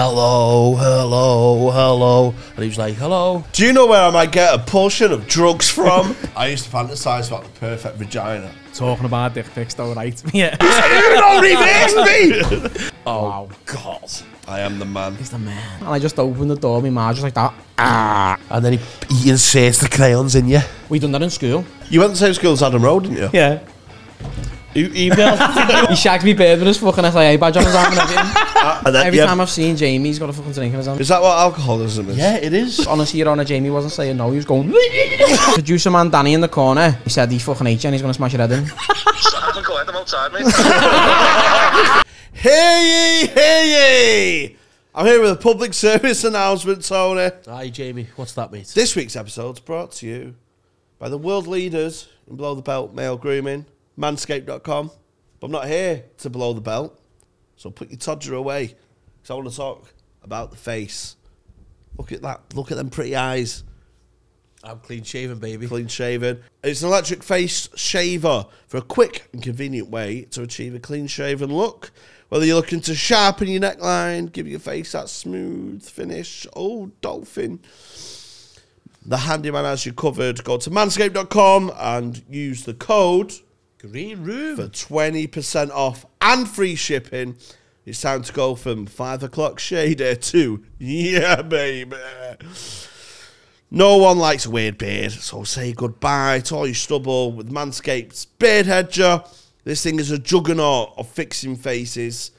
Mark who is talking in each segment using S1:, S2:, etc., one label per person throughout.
S1: hello, hello, hello. And he was like, hello.
S2: Do you know where I might get a portion of drugs from? I used to fantasize about the perfect vagina.
S3: Talking about dick pics, though, right? Yeah.
S2: you don't
S3: Oh,
S2: even ask Oh, me!
S1: Oh, God.
S2: I am the man.
S3: He's the man. And I just opened the door, my ma just like that. Ah.
S1: And then he, he inserts the crayons in you.
S3: We done that in school.
S2: You went to the same school as Adam Rowe, didn't you?
S3: Yeah.
S2: You
S4: E-,
S2: emailed.
S3: He shagged me bird with his fucking SIA badge on his arm and everything.
S2: and then,
S3: Every
S2: yeah.
S3: time I've seen Jamie, he's got a fucking drink in his hand.
S2: Is that what alcoholism is?
S1: it is.
S3: Honestly, Your Honour, Jamie wasn't saying no, he was going... Producer man Danny in the corner, he said he fucking hates you and he's going to smash your head in.
S5: I'm going, I'm outside, mate.
S2: Hey ye, hey ye! I'm here with a public service announcement, Tony.
S1: Hi, Jamie. What's that, mate?
S2: This week's episode's brought to you by the world leaders in Below the Belt male grooming, manscaped.com. But I'm not here to blow the belt, so put your todger away because I want to talk about the face. Look at that. Look at them pretty eyes.
S1: I'm clean shaven, baby.
S2: Clean shaven. It's an electric face shaver for a quick and convenient way to achieve a clean shaven look. Whether you're looking to sharpen your neckline, give your face that smooth finish, oh, dolphin. The handyman has you covered. Go to manscaped.com and use the code
S1: Green room.
S2: for 20% off and free shipping. It's time to go from 5 o'clock shader to yeah, baby. No one likes a weird beard, so say goodbye to all your stubble with Manscaped's Beard Hedger. This thing is a juggernaut of fixing faces.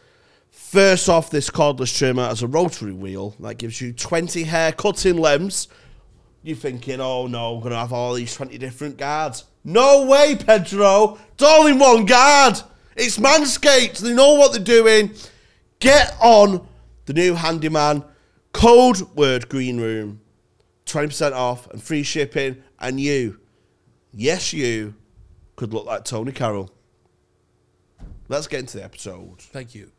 S2: First off, this cordless trimmer has a rotary wheel that gives you 20 hair cutting lengths. You're thinking, oh no, I'm going to have all these 20 different guards. No way, Pedro! It's all in one guard! It's Manscaped, they know what they're doing. Get on the new handyman, code word green room, 20% off and free shipping, and you, yes, you could look like Tony Carroll. Let's get into the episode.
S1: Thank you.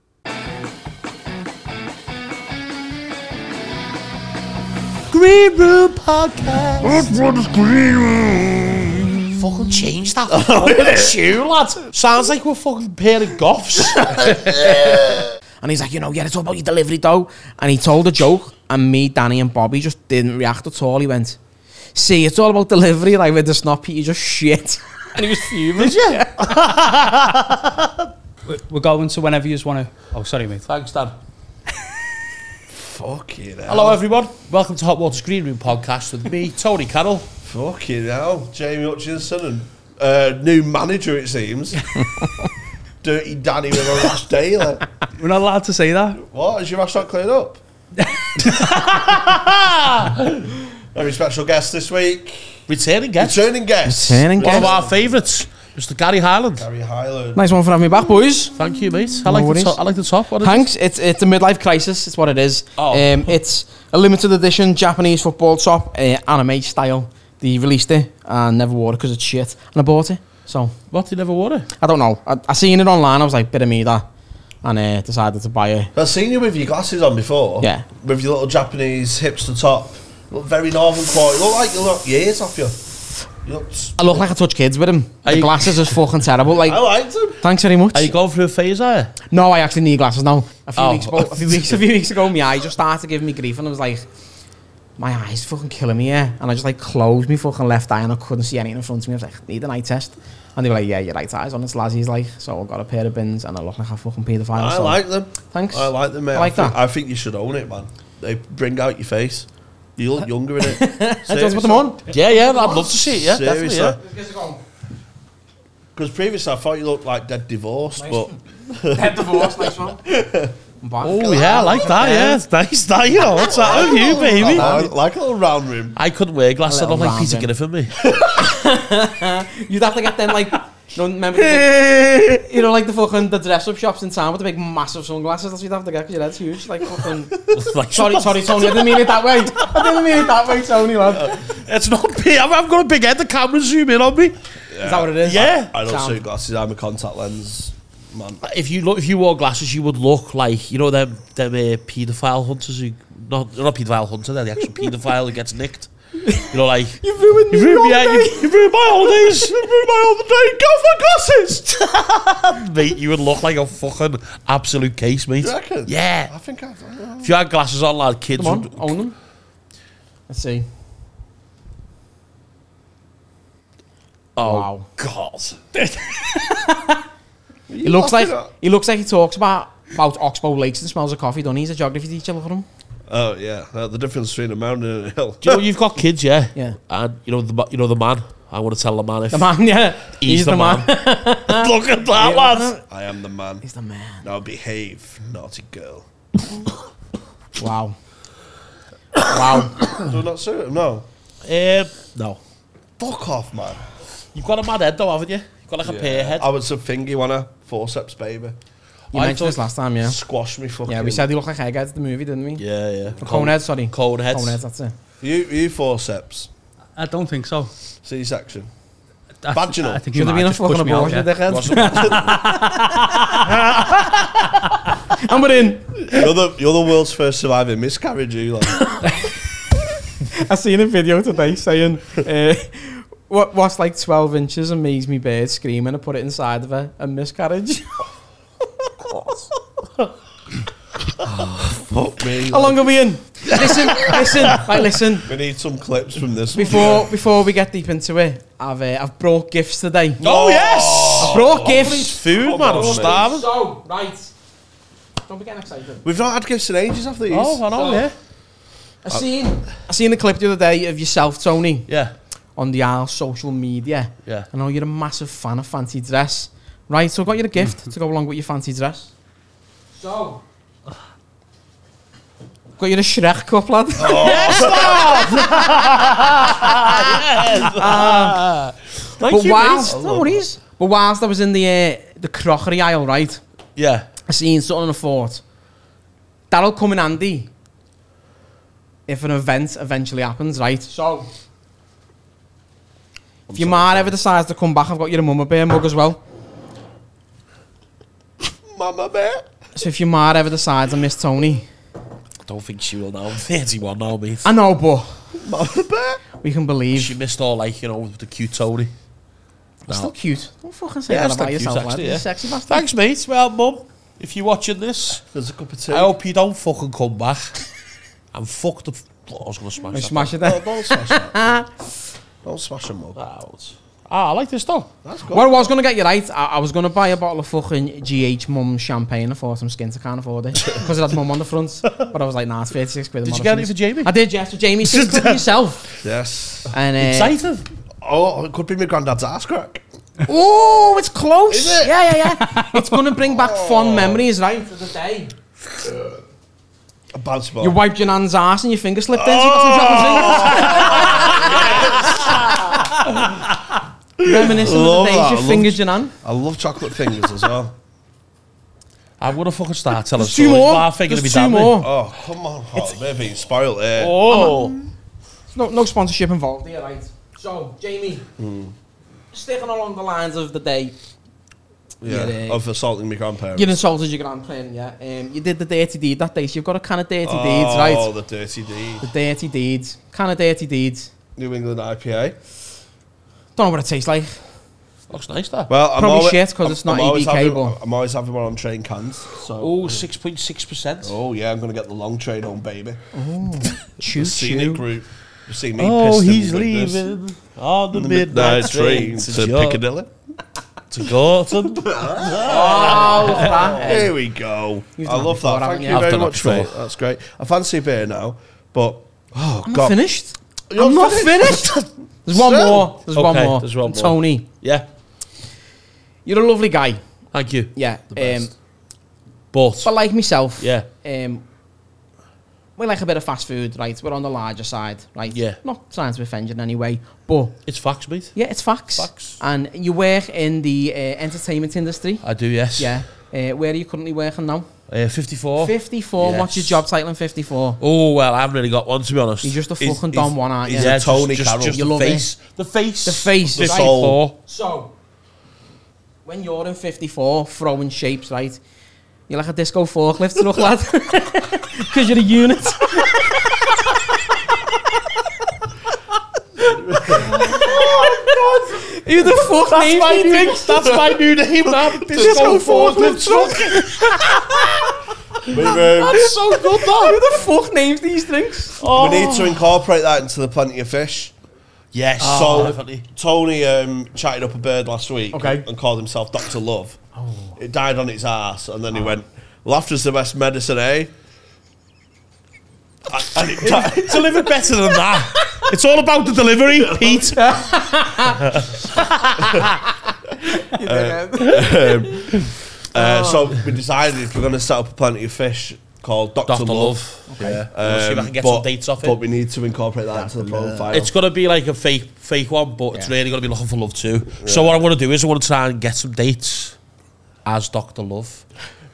S2: Green Room Podcast.
S1: Fucking change that fucking Oh, shoe, lad. Sounds like we're fucking pair of goths.
S3: And he's like, you know, yeah, it's all about your delivery, though. And he told a joke, and me, Danny, and Bobby just didn't react at all. He went, see, it's all about delivery, like with the snot Peter, just shit. and he was fuming. Did you?
S4: We're- We're going to whenever you just want to. Oh, sorry, mate.
S1: Thanks, Dan.
S2: Fucking hell.
S1: Hello, everyone. Welcome to Hot Water's Green Room podcast with me, Tony Carroll.
S2: Fucking hell. Jamie Hutchinson and uh, new manager, it seems. Dirty Danny with a rash day. Like,
S4: We're not allowed to say that.
S2: what? Is your rash not cleared up? Very special guest this week.
S1: Returning guest.
S2: Returning guest.
S3: Returning
S1: One of
S3: guest.
S1: our favourites, Mr. Gary Highland.
S2: Gary Highland.
S3: Nice one for having me back, boys.
S1: Thank you, mate. I like, the
S3: worries.
S1: top, I like the top. What is
S3: Thanks. It's it's a midlife crisis. It's what it is.
S1: Oh.
S3: Um, it's a limited edition Japanese football top, uh, anime style. They released it and never wore it because it's shit, and I bought it. So
S1: it? What? You never wore it?
S3: I don't know. I, I seen it online. I was like, bit of me that, and uh, decided to buy it.
S2: I've seen you with your glasses on before.
S3: Yeah.
S2: With your little Japanese hipster top. You look very northern quality. You look like you look years off you. You look... s-
S3: I look like I touch kids with him.
S1: Are
S3: the
S1: you- Oh.
S3: glasses is fucking terrible. Like,
S2: I liked him.
S3: thanks very much.
S1: Are you going through a phase, are you?
S3: No, I actually need glasses now. A few
S1: Oh.
S3: weeks ago, a few weeks, a few weeks ago, my eyes just started giving me grief, and I was like, my eyes fucking killing me, yeah. And I just like closed my fucking left eye, and I couldn't see anything in front of me. I was like, need an eye test. And they were like, yeah, your right eye's on its lazzies, like. So I got a pair of bins, and I look like a fucking paedophile.
S2: I
S3: so.
S2: like them.
S3: Thanks.
S2: I like them, mate.
S3: I like
S2: think,
S3: that.
S2: I think you should own it, man. They bring out your face. You look younger in it.
S3: Hey, do you want to put them on?
S1: Yeah, yeah. I'd love to see it. Yeah, definitely. Yeah.
S2: Because previously I thought you looked like dead divorced, but
S3: Head divorce, nice one. I'm back.
S1: Oh, yeah, I like that. Yeah, it's nice. That, you know, what's that with you, baby?
S2: like, like a little round room.
S1: I couldn't wear glasses. I
S3: A
S1: don't
S3: little
S1: like Peter
S3: rounding.
S1: Griffin, me.
S3: You'd have to get them like, no, remember, the,
S1: yeah,
S3: you know, like the fucking the dress-up shops in town with the big massive sunglasses. That's what you'd have to get because your head's huge, like fucking. Sorry, sorry, Tony. I didn't mean it that way. I didn't mean it that way, Tony, lad.
S1: It's not me. I've, I've got a big head. The camera zoom in on me.
S3: Is that what it is?
S1: Yeah.
S2: I don't
S3: Sound.
S2: suit glasses. I'm a contact lens man.
S1: Uh, If you look, if you wore glasses, you would look like you know them them uh, paedophile hunters who not they're not paedophile hunter. They're the actual paedophile who gets nicked. You know, like
S3: You've ruined
S1: you
S3: me
S1: ruined, yeah,
S3: holiday.
S1: you, you ruined my holidays. you ruined my holiday. Go for glasses, mate. You would look like a fucking absolute case, mate.
S2: You reckon?
S1: Yeah.
S2: I think I've done that.
S1: If you had glasses on, lad, kids
S3: Come on,
S1: would.
S3: own them. Let's see.
S1: Oh
S3: Wow.
S1: God.
S3: He looks like he looks like he talks about about Oxbow Lakes and smells of coffee. Don't he? he's a geography teacher. Look at him.
S2: Oh yeah, uh, the difference between a mountain and a hill.
S1: Do you know you've got kids, yeah?
S3: Yeah.
S1: And you know the ma- you know the man. I want to tell the man if
S3: The man, yeah, he's, the, man.
S1: look at that, lad.
S2: I am the man.
S3: He's the man.
S2: Now behave, naughty girl.
S3: Wow. Wow.
S2: Do not sue him. No.
S1: Um, no.
S2: Fuck off, man.
S1: You've got a mad head though, haven't you? You've got like a pear head.
S2: I was a thingy on a forceps, baby.
S3: You
S1: I
S3: mentioned this
S1: thought-
S3: last time, yeah.
S2: Squash me fucking.
S3: Yeah, we said he looked like Egghead at the movie, didn't we?
S1: Yeah, yeah.
S3: Conehead, sorry.
S1: Cold heads.
S3: Conehead, that's it.
S2: you you forceps,
S5: I don't think so.
S2: C-section.
S5: I,
S2: Vaginal.
S5: I think you
S3: Should have
S5: might
S3: been a
S5: just push
S3: fucking
S5: me out,
S3: abortion,
S5: yeah.
S3: dickhead. And we're in.
S2: You're the you're the world's first surviving miscarriage. You like
S3: I seen a video today saying, uh, what, what's like 12 inches amazed me bird screaming and put it inside of her a miscarriage.
S2: fuck me.
S3: How
S5: Oh.
S2: like.
S3: long are we in? Listen, listen, right, listen.
S2: we need some clips from this. one.
S3: Before before we get deep into it, I've uh, I've brought gifts today.
S1: Oh, yes!
S3: I've brought gifts.
S1: Food, man. I'm starving.
S3: Oh, So right, don't be getting excited.
S2: We've not had gifts in ages after these.
S1: Oh, I know, yeah.
S3: I seen I seen a clip the other day of yourself, Tony,
S1: Yeah,
S3: on the our social media.
S1: yeah.
S3: I know you're a massive fan of fancy dress, right? So I got you a gift to go along with your fancy dress. So. Got you a Shrek cup, lad.
S1: Oh, Thank
S3: but
S1: you,
S3: whilst,
S1: mate.
S3: no worries. But whilst I was in the uh, the crockery aisle, right,
S1: Yeah.
S3: I seen something and I thought that'll come in handy if an event eventually happens, right? So if your ma ever decides to come back, I've got your mama bear mug as well.
S2: Mama bear.
S3: So if your ma ever decides I miss Tony,
S1: I don't think she will now. 31 now, mate.
S3: I know, but
S2: Mama bear.
S3: we can believe
S1: She missed all, like, you know, the cute Tony.
S3: It's still cute. Don't fucking say
S1: Yeah,
S3: that
S1: it's
S3: about
S1: still cute,
S3: yourself, lad.
S1: actually,
S3: You're
S1: yeah.
S3: sexy bastard.
S1: Thanks, mate. Well, mum, if you're watching this,
S2: There's a cup of
S5: Oh.
S2: tea.
S1: I hope you don't fucking come back. I'm fucked up. Oh, I was going to smash
S3: Don't
S1: that.
S3: smash it
S2: No,
S3: there.
S2: Oh, don't smash that. don't smash them up.
S1: that out. Ah, I like this, though.
S2: That's good.
S3: What I was going to get you right, I, I was going to buy a bottle of fucking GH Mum champagne. I thought some skins, I can't afford it. Because it had Mum on the front. But I was like, nah, it's 36 quid.
S1: Did you get it for Jamie?
S3: I did, yes, for Jamie. Six quid for yourself.
S2: Yes.
S3: And, uh,
S1: Excited.
S2: Oh, it could be my granddad's ass crack.
S3: Oh, it's close.
S2: Is it?
S3: Yeah, yeah, yeah. it's going to bring back
S1: Oh.
S3: fond memories, right? Of the day.
S2: A bounce ball.
S3: You wiped your nan's ass and your finger slipped in, so you got some chocolate fingers. Reminiscent of
S2: Oh. Love
S3: the
S2: that,
S3: days you
S2: love-
S3: fingered your nan.
S2: I love chocolate fingers as well.
S1: I'm going to fucking start telling
S3: There's two
S1: stories.
S3: more.
S1: I think it'll
S3: There's
S1: be
S3: two
S1: damn
S3: more.
S2: Oh, come on, eh? hot baby. Spoil it.
S1: Oh.
S3: No, no sponsorship involved here, right? So, Jamie,
S2: Hmm.
S3: sticking along the lines of the day,
S2: yeah.
S3: yeah.
S2: Of assaulting my grandparents.
S3: you insulted your grandparent, yeah? Um, you did the dirty deed that day, so you've got a can of dirty
S2: oh,
S3: deeds, right?
S2: the dirty deed.
S3: The dirty deeds. Can of dirty deeds.
S2: New England IPA.
S3: Don't know what it tastes like.
S1: Looks nice, that.
S2: Well, I'm
S3: Probably
S2: alwa-
S3: shit 'cause it's not
S2: always
S3: EBK,
S2: having-
S3: but-
S2: I'm always having one on train cans. So.
S1: Oh, 6.6%.
S2: Oh yeah, I'm gonna get the long train home, baby.
S3: Choo
S2: Scenic
S3: choo.
S2: route. You see me.
S1: Oh,
S2: pissed and
S1: he's
S2: witness.
S1: leaving on the
S2: The
S1: midnight train to, York,
S2: Piccadilly.
S1: to Gorton.
S3: Oh, that.
S2: Here we go.
S3: You've
S2: I
S3: done that
S2: love
S3: before,
S2: that.
S3: haven't
S2: Thank
S3: you?
S2: you,
S1: I've
S2: very
S1: done that
S2: much, mate.
S1: before.
S2: That's great. I fancy a beer now, but oh
S3: I'm
S2: god,
S3: not finished.
S2: You're
S3: I'm not
S2: finished?
S3: finished. There's one
S2: Still?
S3: more. There's one
S1: Okay,
S3: more.
S1: there's one more.
S3: Tony,
S1: yeah,
S3: you're a lovely guy.
S1: thank you.
S3: Yeah. Um,
S1: best. But,
S3: but like myself,
S1: yeah,
S3: um, we like a bit of fast food, right? We're on the larger side, right?
S1: Yeah.
S3: Not trying to offend you in any way, but
S1: it's facts, mate.
S3: yeah, it's facts.
S1: Facts.
S3: And you work in the uh, entertainment industry.
S1: I do, yes.
S3: Yeah. Uh, where are you currently working now?
S1: Uh, 54.
S3: 54. What's your
S1: Yes.
S3: job title in 54?
S1: Oh, well, I haven't really got one, to be honest.
S3: You're just a
S2: He's-
S3: fucking
S2: he's-
S3: dumb one, aren't you?
S2: he's
S1: yeah,
S2: a Tony
S1: just, just,
S2: Carroll.
S1: just
S3: You
S1: the
S3: love
S1: face. The face.
S3: The face,
S1: The
S3: right?
S1: 54.
S3: So, when you're in 54, throwing shapes, right? You're like a disco forklift, look, lad. Because you're a unit. Who the fuck
S1: That's
S3: names
S1: my
S3: me
S1: new
S3: things?
S1: That's my new name, man. Disco
S3: Disco
S1: forklift
S3: forklift
S1: truck.
S2: We, um,
S1: That's so good,
S3: Who
S1: that.
S3: the fuck names these drinks?
S1: Oh.
S2: we need to incorporate that into the plenty of fish.
S6: Yes.
S2: so
S1: Oh, definitely.
S2: Tony um, chatted up a bird last week
S3: Okay.
S2: and called himself Doctor Love. Oh. It died on its ass, and then he went, "Laughter's the best medicine, eh?" And- And it died.
S1: Delivered better than that. It's all about the delivery, Pete. Oh.
S2: Uh, so we decided we're going to set up a plenty of fish called Doctor
S1: Dr.
S2: Love.
S1: Love.
S2: Yeah.
S1: We'll see if I
S2: Um,
S1: can get
S2: but,
S1: some dates off it.
S2: But we need to incorporate that into the profile.
S1: It's gonna be like a fake, fake one, but it's really gonna be looking for love too. So what I'm gonna do is I want to try and get some dates as Doctor Love.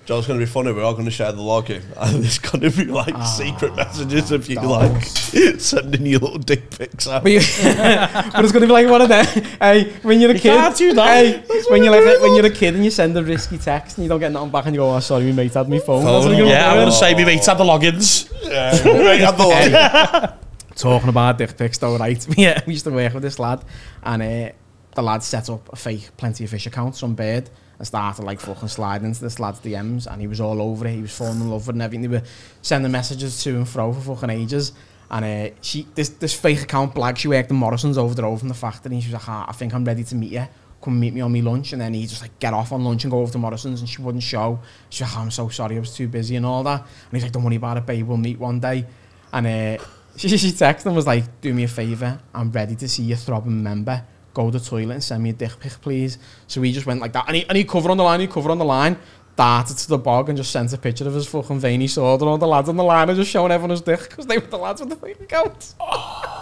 S2: Joe's going to be funny. We're all going to share the login, and there's going to be like secret messages of you like sending you little dick pics out.
S3: But, you, but it's gonna be like one of them. Hey, when you're a kid,
S1: can't do that.
S3: Hey, when you're like a, when you're a kid and you send a risky text and you don't get nothing back and you go, "Oh, sorry, my mate had my phone." That's what you're gonna
S1: yeah,
S3: do.
S1: I'm gonna say me mates had the logins.
S2: Right at the login.
S3: talking about dick pics though, right? yeah, we used to work with this lad, and uh, the lad set up a fake eh, Plenty of Fish account, some bird, and started like fucking sliding into this lad's DMs, and he was all over it. He was falling in love with it and everything. They were sending messages to and fro for fucking ages. And uh, she, this this fake account blagged she worked in Morrison's over the road from the factory, and she was like, ah, I think I'm ready to meet you. Come meet me on me lunch, and then he just like get off on lunch and go over to Morrison's, and she wouldn't show. She's like, "Oh, I'm so sorry, I was too busy and all that. And he's like, Don't worry about it, babe. We'll meet one day. And uh, she, she texted and was like, do me a favour, I'm ready to see you throbbing member. Go to the toilet and send me a dick pic, please. So he just went like that. And he, and he covered on the line, he covered on the line, darted to the bog and just sent a picture of his fucking veiny sword and all the lads on the line are just showing everyone his dick because they were the lads with the fucking counts.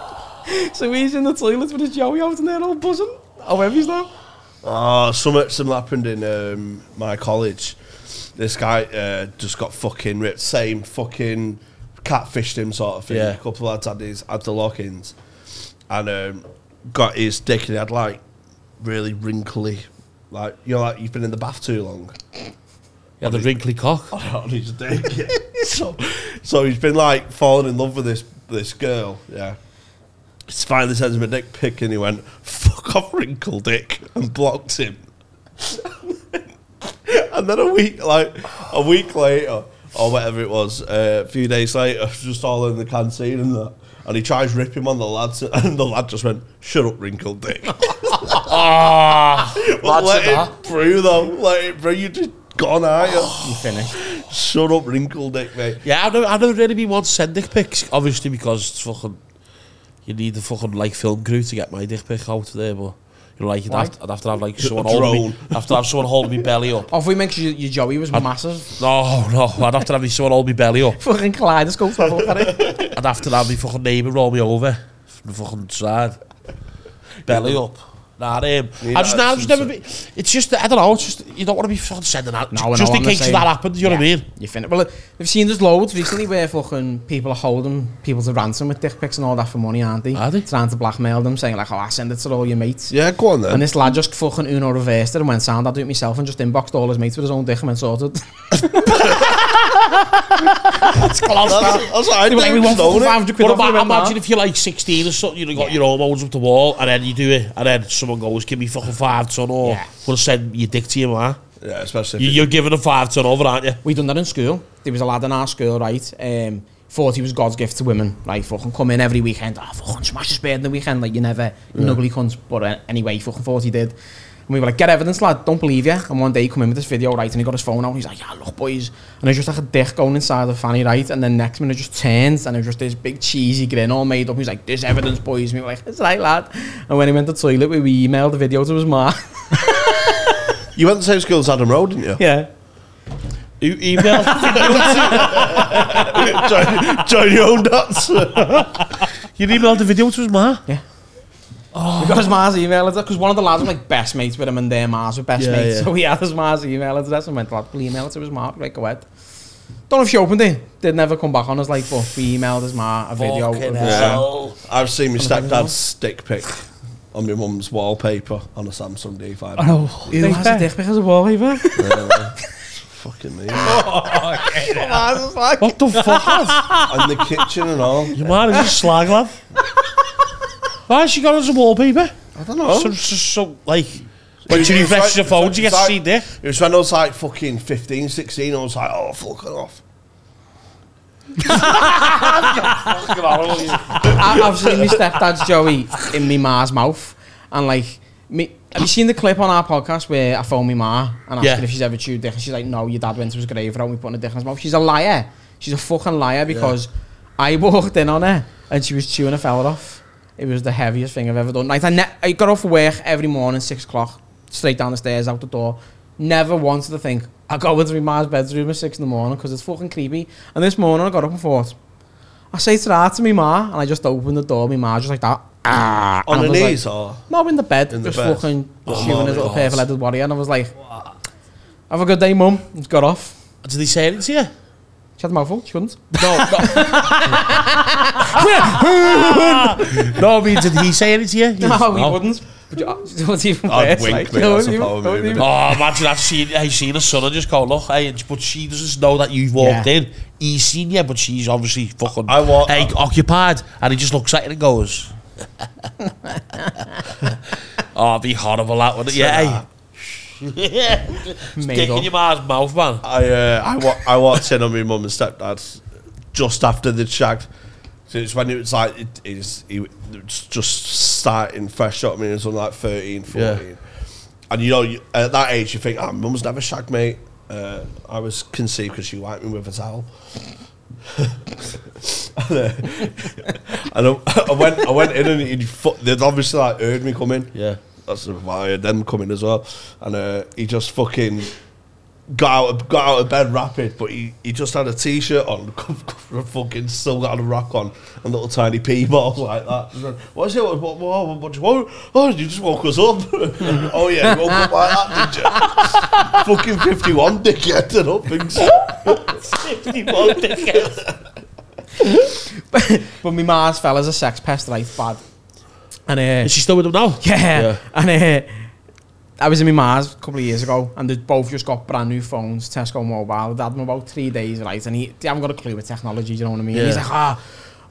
S3: so he's in the toilet with his joey out and they're all buzzing. However he's not.
S2: Oh, something, something happened in um, my college. This guy uh, just got fucking ripped. Same fucking catfished him sort of thing.
S1: Yeah.
S2: A couple of lads had his had the lock-ins and um, got his dick and he had like really wrinkly, like you know, like you've been in the bath too long
S1: Yeah, the wrinkly cock.
S2: on his dick. yeah. so, so he's been like falling in love with this this girl. Yeah. He's finally sends him a dick pic and he went, fuck off, wrinkle dick, and blocked him. and then a week, like, a week later, or whatever it was, uh, a few days later, just all in the canteen and that. And he tries ripping on the lads, and the lad just went, shut up, wrinkle dick.
S1: Ah.
S2: But let it through, though. Let it through. You just gone, are you?
S3: He finished.
S2: Shut up, wrinkle dick, mate.
S1: Yeah, I don't, I don't really be one send dick pics, obviously because it's fucking. You need the fucking like film crew to get my dick pic out there, but you know, like you'd have, to, I'd have to have like someone holding me, I'd have to have someone holding me belly up.
S3: Off Oh, we make sure your, your joey was massive.
S1: No, no, I'd have to have me someone hold me belly up.
S3: Fucking kaleidoscope. have a look at it.
S1: I'd have to have me fucking neighbour roll me over from the fucking side, belly up. Nah, um, I just, nah, I've just never be. It's just that- I don't know. It's just you don't want to be fucking sending out
S3: No, I know,
S1: just
S3: I'm
S1: in
S3: the
S1: case
S3: same.
S1: that happens. You know what I
S3: Yeah,
S1: mean?
S3: You fin- Well, we've seen there's loads recently where fucking people are holding people to ransom with dick pics and all that for money, aren't they?
S1: Are they?
S3: Trying to blackmail them, saying like, "Oh, I send it to all your mates."
S2: Yeah, go on then.
S3: And this lad just fucking Uno reversed it and went, "Sound, I'll do it myself," and just inboxed all his mates with his own dick and went sorted.
S2: That's, that's what I
S3: They were like, "We
S2: do.
S3: want
S2: Stone
S3: fucking
S2: it.
S3: 500 quid
S1: But
S3: off you,
S1: ima-
S3: remember that?"
S1: imagine if you're like 16 or something, you've got your hormones up the wall, and then you do it, and then someone goes, give me fucking five ton, or
S3: Yeah.
S1: we'll send your dick to your man.
S2: Yeah, especially
S1: You,
S2: if
S1: you're giving a five ton over, aren't you?
S3: We done that in school. There was a lad in our school, right? Um, thought he was God's gift to women. Like fucking come in every weekend. Ah, fucking smash his bed in the weekend. Like you never, you ugly cunt. But uh, anyway, fucking thought he did. And we were like, get evidence, lad. Don't believe you. And one day he come in with this video, right? And he got his phone out. And he's like, yeah, look, boys. And there's just like a dick going inside of Fanny, right? And then next minute it just turns and there's just this big cheesy grin all made up. He's like, there's evidence, boys. And we were like, it's right, lad. And when he went to the toilet, we- we emailed the video to his ma.
S2: you went to the same school as Adam Rowe, didn't you?
S3: yeah.
S1: You email?
S2: join, join your own dots.
S1: you emailed the video to his ma?
S3: Yeah. We got his ma's email address because one of the lads were like best mates with him and their ma's were best
S2: Yeah,
S3: mates.
S2: yeah.
S3: So he had his ma's email address and went, lad, we'll email it to his ma. Like, go ahead. Don't know if she opened it. Did never come back on us, like, but we emailed his ma a video.
S1: Fucking
S3: of his-
S1: hell.
S2: I've seen my stepdad's stick pic on my mum's wallpaper on a Samsung D5.
S4: Oh,
S3: Who has a dick pic as a wallpaper?
S2: Fucking me.
S3: I was like,
S1: What the fuck, lad?
S2: and the kitchen and all.
S1: Your ma is a slag, lad. Why has she got us a wallpaper?
S6: I don't know.
S1: So, so, so like, when you refresh your phone, you get to see dick.
S2: It was when I was like fucking 15, 16. I was like, oh, fucking off.
S3: I, I've seen my stepdad's Joey in my ma's mouth, and like me. Have you seen the clip on our podcast where I phoned my ma and asked
S1: Yeah.
S3: her if she's ever chewed dick? And she's like, no, your dad went to his grave and we put a dick in his mouth. She's a liar. She's a fucking liar because I walked in on her and she was chewing a fella off. It was the heaviest thing I've ever done. Like, I, ne- I got off work every morning, six o'clock, straight down the stairs, out the door. Never once to think, I go into my ma's bedroom at six in the morning because it's fucking creepy. And this morning I got up and thought, I say to that to me ma, and I just open the door. Me ma just like that. Ah,
S2: On
S3: and
S2: the
S3: I was like-
S2: knees or?
S3: no, in the bed,
S2: In the
S3: just
S2: bed.
S3: fucking
S1: Oh
S3: chewing
S1: my
S3: his little
S1: God.
S3: purple-headed warrior, and I was like, "Have a good day, mum." And got off.
S1: Did he say anything to you?
S3: She had a mouthful. She couldn't.
S1: No, no. no, I mean, did he say anything to you? He
S3: No,
S1: was-
S3: he wouldn't. But you- it was even
S2: I'd
S3: worse.
S2: wink,
S3: like,
S2: mate,
S3: you know
S2: that's a
S3: what I mean?
S2: power
S3: Don't
S2: move,
S3: even-
S2: isn't it?
S1: Oh, imagine that. She, hey, seen her son and just go, look, hey, and- but she doesn't know that you've walked
S3: Yeah.
S1: in. He's seen you, but she's obviously fucking
S2: I wa-
S1: hey, occupied. And he just looks at it and goes, Oh, it'd be horrible that, wouldn't it? Yeah. hey. Dick
S3: Made
S1: in
S3: up.
S1: your ma's mouth, man.
S2: I uh, I, wa- I walked in on my mum and stepdad just after they'd shagged. So it's when it was like it is it, was just starting fresh up. I mean, it was on like 13, 14. and you know you, at that age you think, "Ah, mum's never shagged, mate." Uh, I was conceived because she wiped me with a towel. uh, and I, I went, I went in and he fu- they'd obviously like heard me coming.
S1: Yeah.
S2: that's why I heard them coming as well. And uh, he just fucking got out of, got out of bed rapid, but he, he just had a t shirt on, fucking still got a rock on, and little tiny pee balls like that. What's it? What, what, what, what do you want? Oh, you just woke us up. oh, yeah, you woke up like that, did you? fucking 51 dickhead, I don't think so.
S3: But my ma's fella's a sex pest, right? Bad. And uh,
S1: Is she still with him now?
S3: Yeah. And uh, I was in my ma's a couple of years ago, and they both just got brand new phones, Tesco Mobile. They had them about three days, right? And he, they haven't got a clue with technology, do you know what I mean? He's like, ah.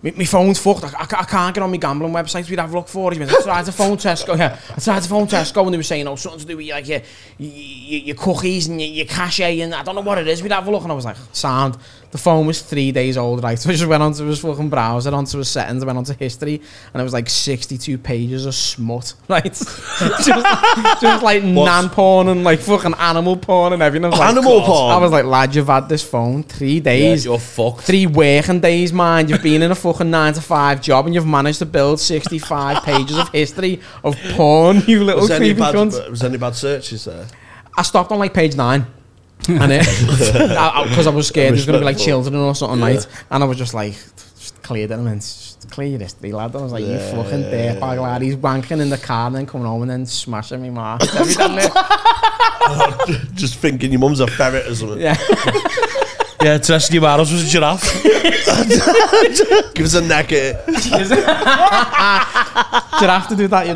S3: My, my phone's fucked. I, ca- I can't get on my gambling websites. We'd have a look for it. He went, I tried to phone Tesco. Yeah, I tried to phone Tesco, and they were saying, "Oh, something to do with like your, your, your cookies and your, your cachet." And I don't know what it is. We'd have a look, and I was like, "Sound." The phone was three days old, right? So I just went onto his fucking browser, onto his settings, I went onto history, and it was like sixty-two pages of smut, right? just, just like nan porn and like fucking animal porn and everything. I was like,
S2: Animal
S1: God.
S2: porn.
S3: I was like, lad, you've had this phone three
S1: Yeah,
S3: days.
S1: you're fucked.
S3: Three working days, man. You've been in a fucking nine to five job and you've managed to build 65 pages of history of porn, you little
S2: was, any
S3: creepy
S2: bad,
S3: cunt.
S2: was any bad searches there?
S3: I stopped on like page nine. and it, because I, was scared there's going to be like children or something, right? And I was just like, just cleared it. I mean, just clear your history, lad. And I was like, you fucking dirtbag lad. He's wanking in the car and then coming home and then smashing me, ma. Every damn day.
S2: Just thinking your mum's a ferret or something.
S3: yeah.
S1: Yeah, Tess Guimaros was a giraffe.
S2: Give us a neck at it.
S3: Did I have to do that, you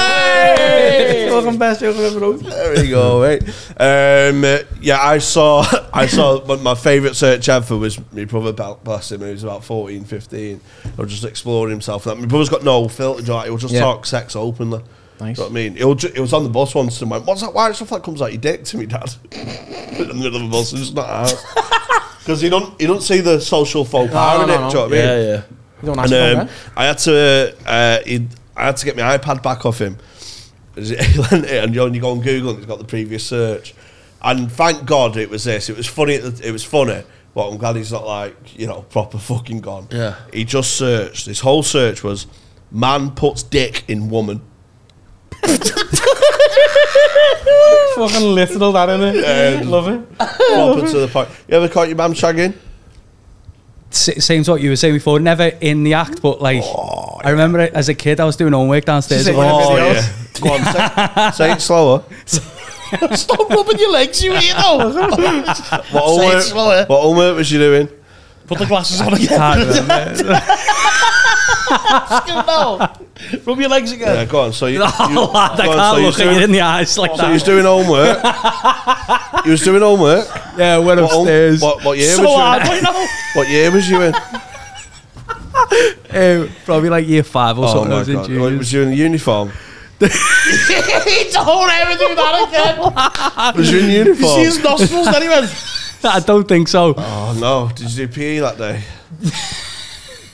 S3: dickhead? Fucking best joke I've ever wrote.
S2: There you go, right? Um, uh, yeah, I saw, I saw my, my favourite search ever was my brother, Bel- bless him, he was about 14, 15. I was just exploring himself. That. My brother's got no filter, do you know, he'll just
S3: Yeah.
S2: talk sex openly.
S3: Nice.
S2: You know what I mean? He'll ju- it was on the bus once and went, What's that wild stuff that comes out your dick to me, Dad? in the middle of the bus, and it's not ours. Because he don't, he don't see the social faux pas
S3: no,
S2: in
S3: no,
S2: it,
S3: no.
S2: do you know what I mean?
S1: Yeah, yeah.
S3: You don't
S2: And
S3: ask me
S2: um,
S3: that.
S2: I had to, uh, he, I had to get my iPad back off him. Is it- he lent it, and you only go on Google, and it's got the previous search. And thank God it was this. It was funny. at the- It was funny. But I'm glad he's not like you know proper fucking gone.
S1: Yeah.
S2: He just searched. His whole search was man puts dick in woman.
S3: Fucking literal that in it. Love it.
S2: Um, Proper to the point. You ever caught your man shagging?
S4: S- Same to what you were saying before. Never in the act, but like I remember it as a kid, I was doing homework downstairs.
S3: She's
S4: and
S3: like,
S2: Oh
S3: Everything
S2: yeah. Go on. Say, say it slower.
S1: Stop rubbing your legs, you weirdo.
S2: What
S1: Say it
S2: homework-
S1: slower.
S2: What homework was you doing?
S1: Put the glasses on
S4: I
S1: again.
S4: can't remember.
S1: Rub your legs again.
S2: Yeah, go on. So you.
S4: No,
S2: you go on,
S4: Oh, lad, I
S2: so
S4: can't
S2: you're
S4: look at
S2: doing-
S4: you in the eyes like
S2: So he was
S4: that.
S2: doing homework. he was doing homework.
S4: Yeah, went
S2: What, home,
S4: upstairs.
S2: what, what year
S1: so
S2: was
S1: hard
S2: you in?
S1: right now.
S2: What year was you in?
S4: Um, probably like year five or
S2: Oh
S4: something. I
S2: my
S4: was in
S2: god!
S4: juniors.
S2: Was you in a uniform?
S1: he don't ever do that again.
S2: Was you in
S1: You
S2: uniform?
S1: see his nostrils, then he went.
S4: I don't think so.
S2: oh no! Did you do PE that day?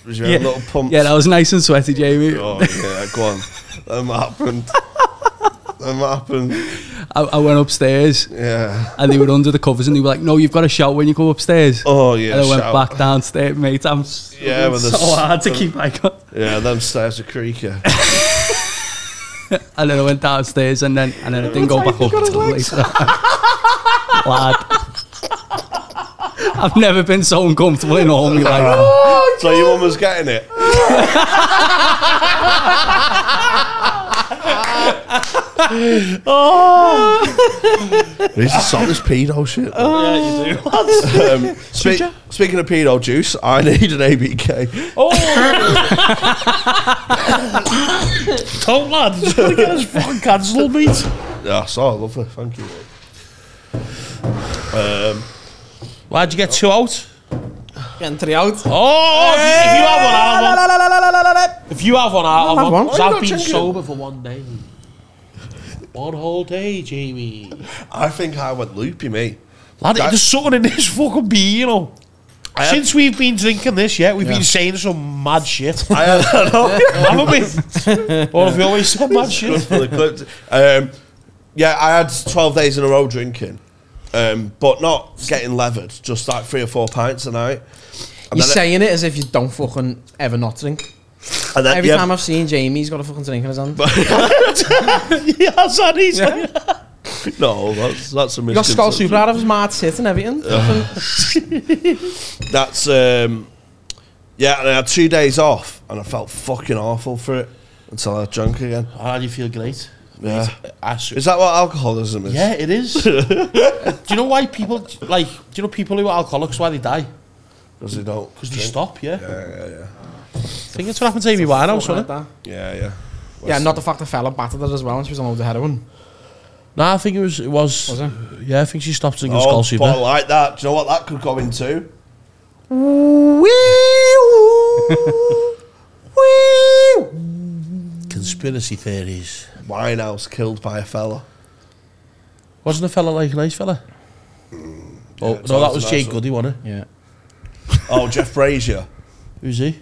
S2: Was you
S4: yeah.
S2: having little pumps?
S4: yeah, that was nice and sweaty, Jamie.
S2: Oh yeah, go on. Them happened. Them happened.
S4: I, I went upstairs
S2: Yeah.
S4: and they were under the covers and they were like, no, you've got to shout when you go upstairs.
S2: Oh yeah.
S4: and I went
S2: shout.
S4: back downstairs, mate. I'm s-
S2: Yeah, with
S4: so
S2: the s-
S4: hard to keep my gun.
S2: Yeah, them stairs are creaky.
S4: And then I went downstairs and then and then I didn't go back up until later. Lad. I've never been so uncomfortable in all my life.
S2: so your mum was getting it. oh! Need to stop this pedo shit.
S1: Yeah, you do.
S2: Um, spe- speaking of pedo juice, I need an ABK.
S1: Don't, lad. Just gotta get us fucking cancelled, mate.
S2: Yeah, Ah, so lovely. Thank you.
S1: Why'd you get two out?
S3: Getting three out.
S1: Oh, if you have one, I'll have one. If you have one, I'll have one. 'Cause
S2: Why you
S1: I've
S2: not
S1: been
S2: drinking it?
S1: sober for one day. One whole day, Jamie.
S2: I think I went loopy, mate.
S1: Lad,
S2: That-
S1: there's something in this fucking beer, you know.
S2: I had-
S1: Since we've been drinking this, yeah, we've been saying some mad shit.
S2: I had, I know.
S1: Haven't we? Or have we always said mad shit?
S2: for the clip. Um, yeah, I had 12 days in a row drinking, um, but not getting levered, just like three or four pints a night. And
S3: You're
S2: then-
S3: saying it as if you don't fucking ever not drink.
S2: and then-
S3: Every
S2: yeah,
S3: time I've seen Jamie, he's got a fucking drink in his hand.
S1: yes, and he's like,
S2: No, that's, that's a
S3: You got Skull Super
S2: misconception.
S3: out of his mad shit and everything. Fucking-
S2: That's, um, yeah, and I had two days off, and I felt fucking awful for it until I drank again.
S1: oh, you feel great.
S2: Yeah.
S1: I su-
S2: Is that what alcoholism is?
S1: yeah, it is. do you know why people, like, do you know people who are alcoholics, why they die?
S2: Because they don't.
S1: Because they
S2: drink.
S1: stop, yeah.
S2: Yeah, yeah, yeah.
S1: I think that's what happened to Amy Winehouse, wasn't it?
S3: like that.
S2: Yeah, yeah.
S3: Yeah, not the fact the fella battered her as well and she was on loads of heroin.
S1: No, I think it was. It dus, was.
S3: Was it?
S1: Yeah, I think she stopped drinking
S2: Oh,
S1: Skull
S2: but I
S1: Super.
S2: like that. Do you know what that could go into?
S1: Conspiracy theories.
S2: Winehouse killed by a fella.
S1: Wasn't a fella like a nice fella?
S2: Mm.
S1: oh,
S2: it's
S1: no, that
S2: always
S1: was
S2: a
S1: Jay
S2: nice one.
S1: Goody, wasn't it?
S3: Yeah.
S2: Oh, Jeff Brazier.
S1: Who's he?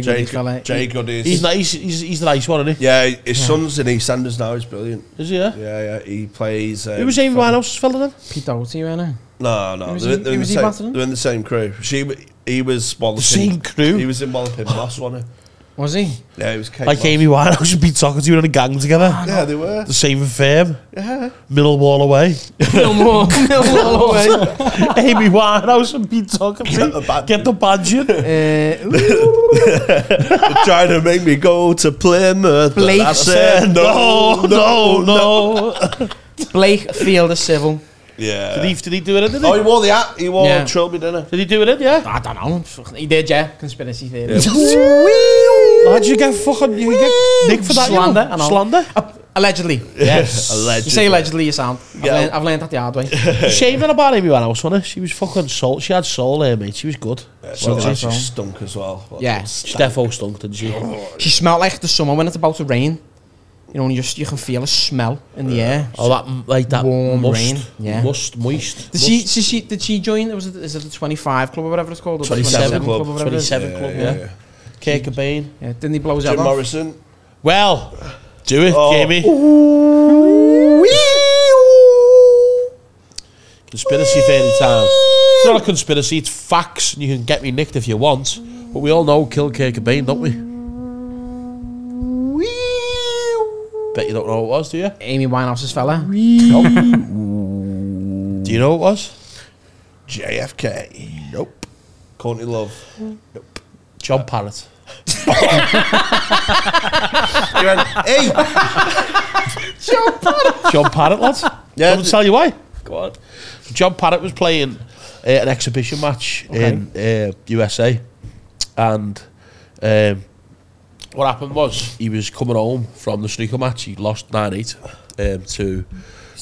S2: Jay,
S3: Goody's fella.
S2: Jay Goody's.
S1: eh? He's nice. He's, he's the nice one, isn't he?
S2: Yeah, his son's in EastEnders now. He's brilliant.
S1: Is he? Yeah.
S2: Yeah, yeah. He plays. Um,
S1: Who was Amy Winehouse's fella then?
S3: Pete Doherty, weren't it?
S2: No, no.
S3: Who was
S2: They're,
S3: he-
S2: they're
S3: who
S2: in the
S3: was he
S2: same,
S3: battling?
S2: they're in the same crew. She, w- he was Walloping.
S1: same crew?
S2: He was in Walloping Moss, wasn't
S3: Was he?
S2: he? Yeah, he was Kate
S1: Like
S2: Moss.
S1: Amy Winehouse and Pete Doherty were in a gang together.
S2: Yeah, they were.
S1: The same firm. Yeah. Millwall away.
S3: Millwall. Millwall away.
S1: Amy Winehouse and Pete Doherty.
S2: Get the band-
S1: Get the badge in.
S2: Eh,
S3: Uh,
S2: They're trying to make me go to Plymouth. Blake
S3: Blake
S2: I said no, no, no.
S1: Eh, no.
S3: Blake Field is civil.
S2: Yeah.
S1: Did he, did he do it in, did he?
S2: oh, he wore the hat. He wore
S3: Yeah.
S2: Trilby, didn't
S1: Did he do it in, yeah?
S3: I don't know. Fucking- He did, yeah. Conspiracy theory.
S1: How'd you get fucking... You get Nick for that, you know?
S3: Slander and all.
S1: Slander.
S3: Allegedly.
S2: he? Yes. Allegedly.
S3: You say allegedly, you sound. I've,
S2: Yeah.
S3: learned, I've learned that the hard way.
S1: Shaving about Amy Winehouse, wasn't it? She was fucking soul. She had soul there, mate. She was good.
S2: Yeah,
S1: Well, uh,
S2: well, she
S3: so.
S2: stunk as well. but-
S3: yeah.
S1: she defo stunk, didn't she?
S3: She smelled like the summer when it's about to rain. You know, and you just you can feel a smell in the air.
S1: Oh, that like that
S3: Warm
S1: must,
S3: rain, yeah.
S1: must, moist.
S3: Did she, she, she, did she join? Was it, is it the 25 club or whatever it's called? Or the
S1: 27
S3: club.
S2: club,
S3: or whatever it is?
S1: Twenty-seven club, yeah.
S2: yeah.
S1: Kurt Cobain.
S3: Yeah, didn't he blow his head
S2: Jim
S3: off?
S2: Morrison.
S1: Well, do it,
S2: Oh.
S1: Jamie. Conspiracy theory time. It's not a conspiracy. It's facts, and you can get me nicked if you want. But we all know kill Kurt Cobain, don't we? Bet you don't know what it was, do you?
S3: Amy Winehouse's fella.
S1: Do you know what it was?
S2: JFK. Nope. Courtney Love.
S1: John Parrott.
S2: He went, hey,
S1: John Parrott, lads.
S2: Yeah.
S1: Yeah, I'll tell you why. Go on. John Parrott was playing uh, an exhibition match in uh, USA, and um, what happened was he was coming home from the snooker match. He lost nine eight um, to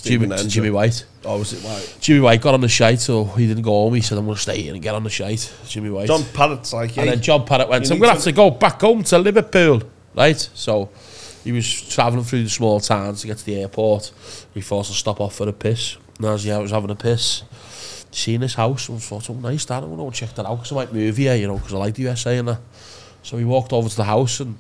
S1: Jimmy, to
S2: Enzo.
S1: Jimmy White.
S2: oh, was it white?
S1: Jimmy White got on the shite, so he didn't go home. He said, "I'm going to stay here and get on the shite." Jimmy White.
S2: John Parrott's like,
S1: And
S2: hey,
S1: then John Parrott went,
S2: You
S1: so I'm
S2: need
S1: going to
S2: to-
S1: have to go back home to Liverpool, right? So He was travelling through the small towns to get to the airport. He forced to stop off for a piss. And as he was having a piss, seen this house and thought, oh, nice, that. I want to check that out because I might move here, you know, because I like the USA and that. So he walked over to the house and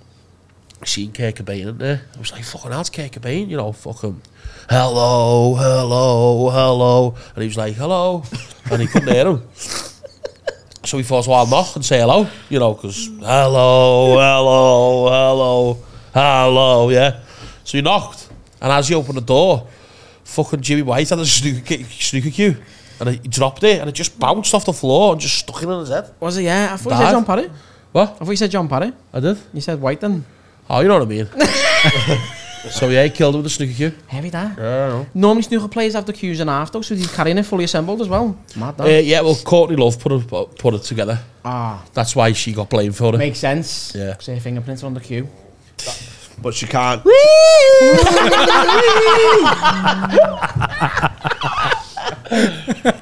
S1: seen Kurt Cobain in there. I was like, fucking that's Kurt Cobain, you know, fucking, hello, hello, hello. And he was like, hello. And he couldn't hear him. So he thought, well, I'll knock and say hello, you know, because hello, hello, hello, hello, yeah. So he knocked. And as he opened the door, fucking Jimmy White had a snooker, ki- snooker cue. And he dropped it and it just bounced off the floor and just stuck it in his head.
S3: Was it? Yeah, I thought you
S1: Dad?
S3: said John Parry. I
S1: What?
S3: thought you said John Parry.
S1: I did.
S3: You said White then.
S1: Oh, you know what I mean. so yeah, he killed him with a snooker cue.
S3: Heavy that.
S1: Yeah, I know.
S3: Normally snooker players have the cues and half though, so he's carrying it fully assembled as well. Mad
S1: Uh,
S3: that.
S1: yeah, well, Courtney Love put it, put it together.
S3: ah,
S1: That's why she got blamed for it.
S3: makes sense.
S1: Yeah.
S3: Say fingerprints are on the cue.
S2: But she can't.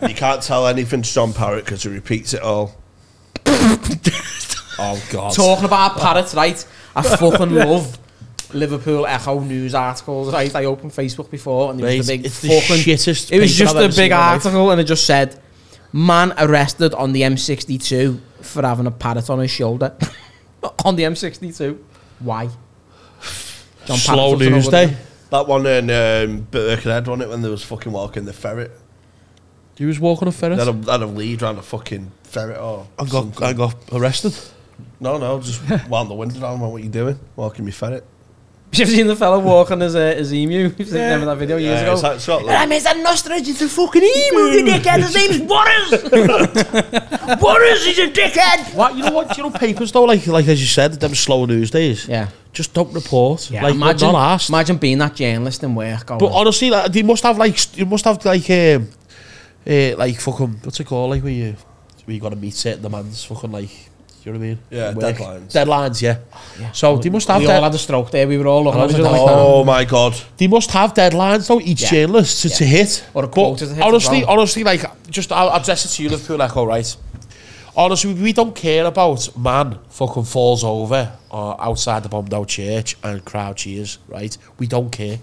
S2: you can't tell anything to John Parrott because he repeats it all.
S1: oh God!
S3: Talking about parrots, right? I fucking love Liverpool Echo news articles. Right? I opened Facebook before and it
S1: Mate,
S3: was the big
S1: it's the
S3: fucking.
S1: shittest.
S3: it was
S1: paper
S3: just
S1: I've
S3: a
S1: ever seen in
S3: big
S1: my life.
S3: article and it just said, "Man arrested on the M62 for having a parrot on his shoulder." on the M62, why? John
S1: Slow
S3: Patterson's
S1: news
S3: another
S1: day.
S3: one.
S2: That one in um, Birkenhead, wasn't it, when they was fucking walking the ferret?
S1: He was walking a
S2: They
S1: ferret
S2: had a, they had a lead round a fucking ferret or
S1: and got
S2: something.
S1: and got arrested.
S2: No, no, just wound the window down. What are you doing? Walking me ferret.
S3: You've seen the fella walking his, uh, his emu. You've seen them in that video years
S2: Yeah, Uh, it's
S3: ago.
S2: like Scotland.
S3: I mean, it's an ostrich. It's a fucking emu. You dickhead. His name's Boris. Boris. He's a dickhead.
S1: What you know? What you know? Papers though, like like as you said, them slow news days.
S3: Yeah.
S1: Just don't report.
S3: Yeah,
S1: like
S3: imagine,
S1: we're not asked.
S3: imagine being that journalist in work. Going,
S1: But honestly, like, they must have like st- you must have like um, uh, like fucking what's it called? Like where you where you got to meet certain demands. Fucking like you know what I mean?
S2: Yeah,
S1: Work.
S2: deadlines.
S1: Deadlines. Yeah.
S3: yeah.
S1: So they must have
S3: we all
S1: that.
S3: had a stroke there. We were all looking
S1: I
S3: at each
S1: was
S3: other
S1: like,
S3: like that.
S2: Oh my god.
S1: They must have deadlines though, each
S3: Yeah.
S1: journalist to, to hit.
S3: Or a
S1: But
S3: quota to hit as
S1: Honestly,
S3: well.
S1: honestly, like just I'll address it to you, Liverpool Echo, right? Honestly, we don't care about man fucking falls over or outside the bombed out church and crowd cheers, right? We don't care.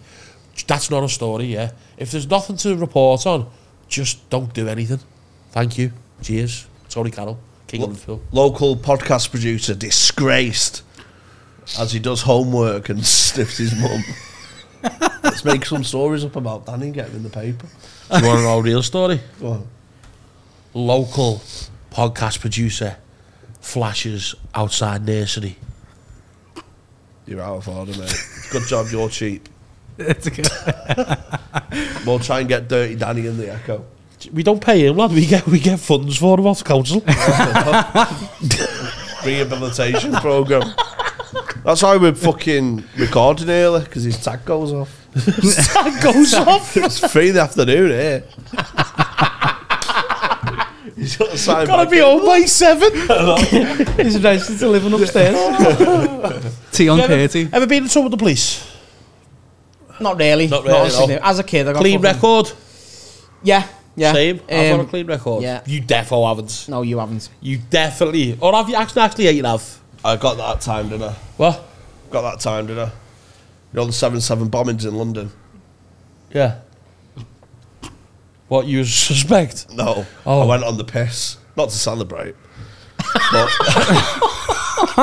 S1: That's not a story, yeah. If there's nothing to report on, just don't do anything. Thank you. Cheers. Tony Carroll, King of Liverpool.
S2: Local podcast producer disgraced as he does homework and sniffs his mum. Let's make some stories up about Danny and get them in the paper.
S1: Do you want to know a real story?
S2: Go on.
S1: local podcast producer flashes outside nursery.
S2: You're out of order, mate. Good job, you're cheap.
S4: It's okay.
S2: We'll try and get Dirty Danny in the Echo.
S1: We don't pay him, lad. We get we get funds for him off council.
S2: Rehabilitation program. That's why we're fucking recording early because his tag goes off.
S1: that goes off.
S2: It's three in the afternoon, eh? He's got to sign
S1: Gotta
S2: back
S1: be
S2: in.
S1: home by seven.
S3: He's registered to living upstairs.
S4: Tea on
S1: You
S4: Curty.
S1: ever, ever been in trouble with the police?
S3: Not really.
S1: Not really,
S3: honestly,
S1: no.
S3: As a kid, I got
S1: Clean
S3: fucking-
S1: record.
S3: Yeah, yeah.
S1: Same. I've
S3: Um,
S1: got a clean record.
S3: yeah.
S1: You defo haven't.
S3: No, you haven't.
S1: You definitely. Or have you actually actually yeah, you have?
S2: I got that time, didn't I?
S1: What?
S2: Got that time, didn't I? You know the seven seven bombings in London.
S1: Yeah. What you suspect?
S2: No,
S1: Oh.
S2: I went on the piss, not to celebrate. but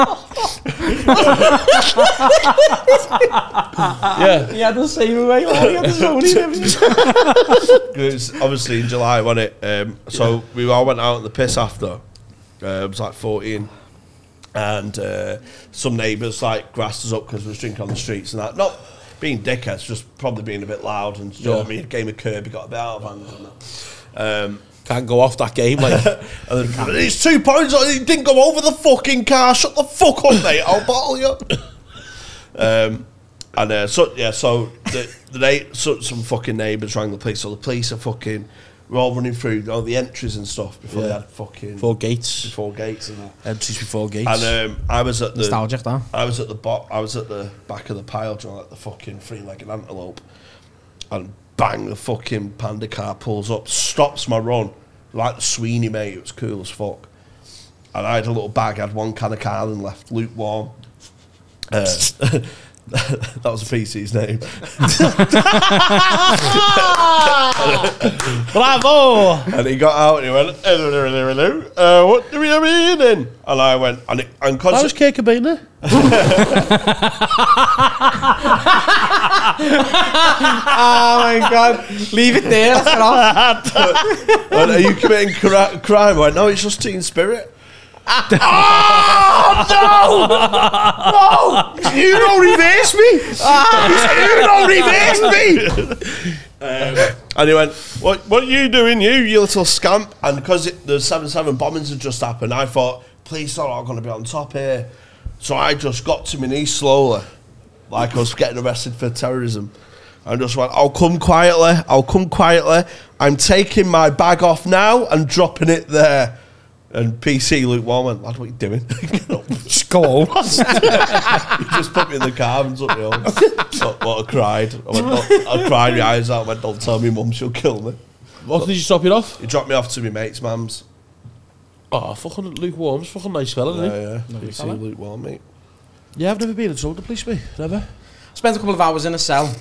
S1: Yeah.
S3: He had the same way. He had his own.
S2: it was obviously in July, wasn't it? Um, so we all went out on the piss after. Uh, it was like fourteen, and uh, some neighbours like grassed us up because we was drinking on the streets and that. Not being dickheads, just probably being a bit loud and you know what I
S1: Yeah.
S2: mean. Game of Kirby got a bit out of hand and that. Um,
S1: Can't go off that game like.
S2: And then, it's two pounds. It didn't go over the fucking car. Shut the fuck up, mate. I'll bottle you. um, and uh, so yeah, so the, the na- so, some fucking neighbours rang the police. So the police are fucking. We're all running through all the entries and stuff before
S1: Yeah.
S2: they had fucking
S1: Four gates.
S2: before gates and that.
S1: Entries before gates.
S2: And um, I was at the
S3: Nostalgic, that.
S2: I was at the bo- I was at the back of the pile, do you know, like the fucking three-legged antelope, and bang, the fucking panda car pulls up, stops my run, like the Sweeney mate. It was cool as fuck. And I had a little bag. I had one can of Carlin left, lukewarm. Uh, that was a PC's name.
S4: Bravo!
S2: And he got out and he went, "Hello, hello, hello, hello. uh, what do we have eating? And I went, and, it, and
S1: That was
S2: constantly,
S1: Kurt Cobain there.
S3: Oh my god. Leave it there. Let's get off.
S2: went, are you committing cri- crime? I went, no, it's just teen spirit.
S6: Ah, You don't reverse me. He said, you don't reverse me.
S2: And he went, what, what are you doing, you, you little scamp? And because it, the 7 7 bombings had just happened, I thought, please, they're not going to be on top here. So I just got to my knees slowly, like I was getting arrested for terrorism. And just went, I'll come quietly, I'll come quietly. I'm taking my bag off now and dropping it there. And PC Luke Wall went, lad, what are you doing? Get up.
S4: Just go home.
S2: He just put me in the car and took me home. But, but I cried. I, went, "Don't-" I cried my eyes out. I went, don't tell me mum, she'll kill me.
S1: What did you stop it off?
S2: He dropped me off to my mate's mum's.
S1: Oh, fucking Luke Warm's fucking nice fella, isn't he?
S2: Yeah, yeah. You see Luke Warren, mate.
S1: Yeah, I've never been in trouble, please me. Never.
S3: Spent a couple of hours in a cell.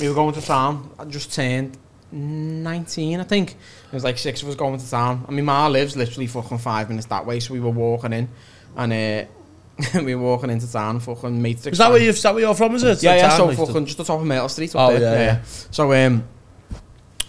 S3: We were going to town. I just turned 19, I think. There was like six of us going to town. I mean, Ma lives literally fucking five minutes that way, so we were walking in. And uh, we were walking into town, fucking mates.
S1: Is that where, you, is that where you're from, is it?
S3: Yeah, yeah,
S1: Town,
S3: so
S1: like,
S3: fucking just the top of Metal Street.
S1: Oh,
S3: Up there.
S1: yeah, yeah.
S3: So, um,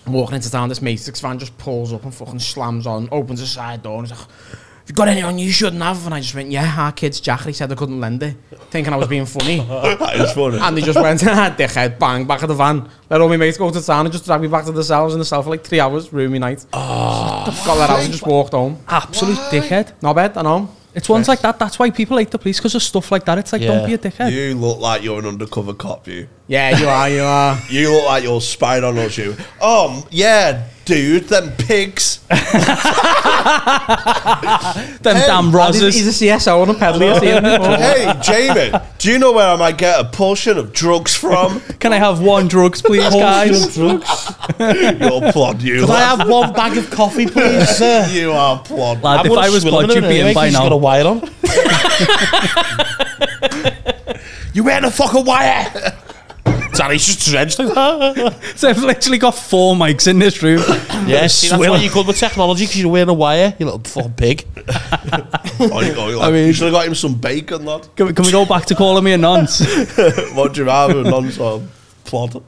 S3: walking into town, this Matrix fan just pulls up and fucking slams on, opens the side door, and he's like, "Have you got any on you shouldn't have?" And I just went, "Yeah, our kid's Jack." He said I couldn't lend it, thinking I was being funny,
S2: That is funny.
S3: and they just went, "Ah, "Dickhead!" Bang, back at the van. Let all my mates go to town and just drag me back to the cell. I was in the cell for like three hours, roomy night. got let out and just Nou, walked home.
S4: Absolute dickhead.
S3: Not bad, I know.
S4: It's ones like that. That's why people hate the police because of stuff like that. It's like,
S1: Yeah.
S4: don't be a dickhead.
S2: You look like you're an undercover cop, you.
S3: Yeah, you are, you are.
S2: You look like you're spied on us, you. Um, yeah, dude, them pigs.
S4: Them damn
S3: And he's,
S4: rozzers.
S3: he's a CSO and a peddler. I've seen him before.
S2: hey, Jamie, do you know where I might get a portion of drugs from?
S4: Can I have one drugs, please, guys?
S2: You're plod, you.
S1: Could I
S2: lad.
S1: have one bag of coffee, please, sir?
S2: You are plod.
S4: Lad, if I was blood, you'd be in by
S1: got a
S4: now.
S1: wire on. you wearing a fucking wire? Danny's just drenched like that.
S4: So I've literally got four mics in this room.
S1: Yes, see, that's why
S4: Swilling.
S1: you're good with technology, because you're wearing a wire, you little fucking pig.
S2: Oh, you, oh, you, lad. you should have got him some bacon, lad.
S4: Can we, can we go back to calling me a nonce?
S2: What do you have? A non-sort of plod.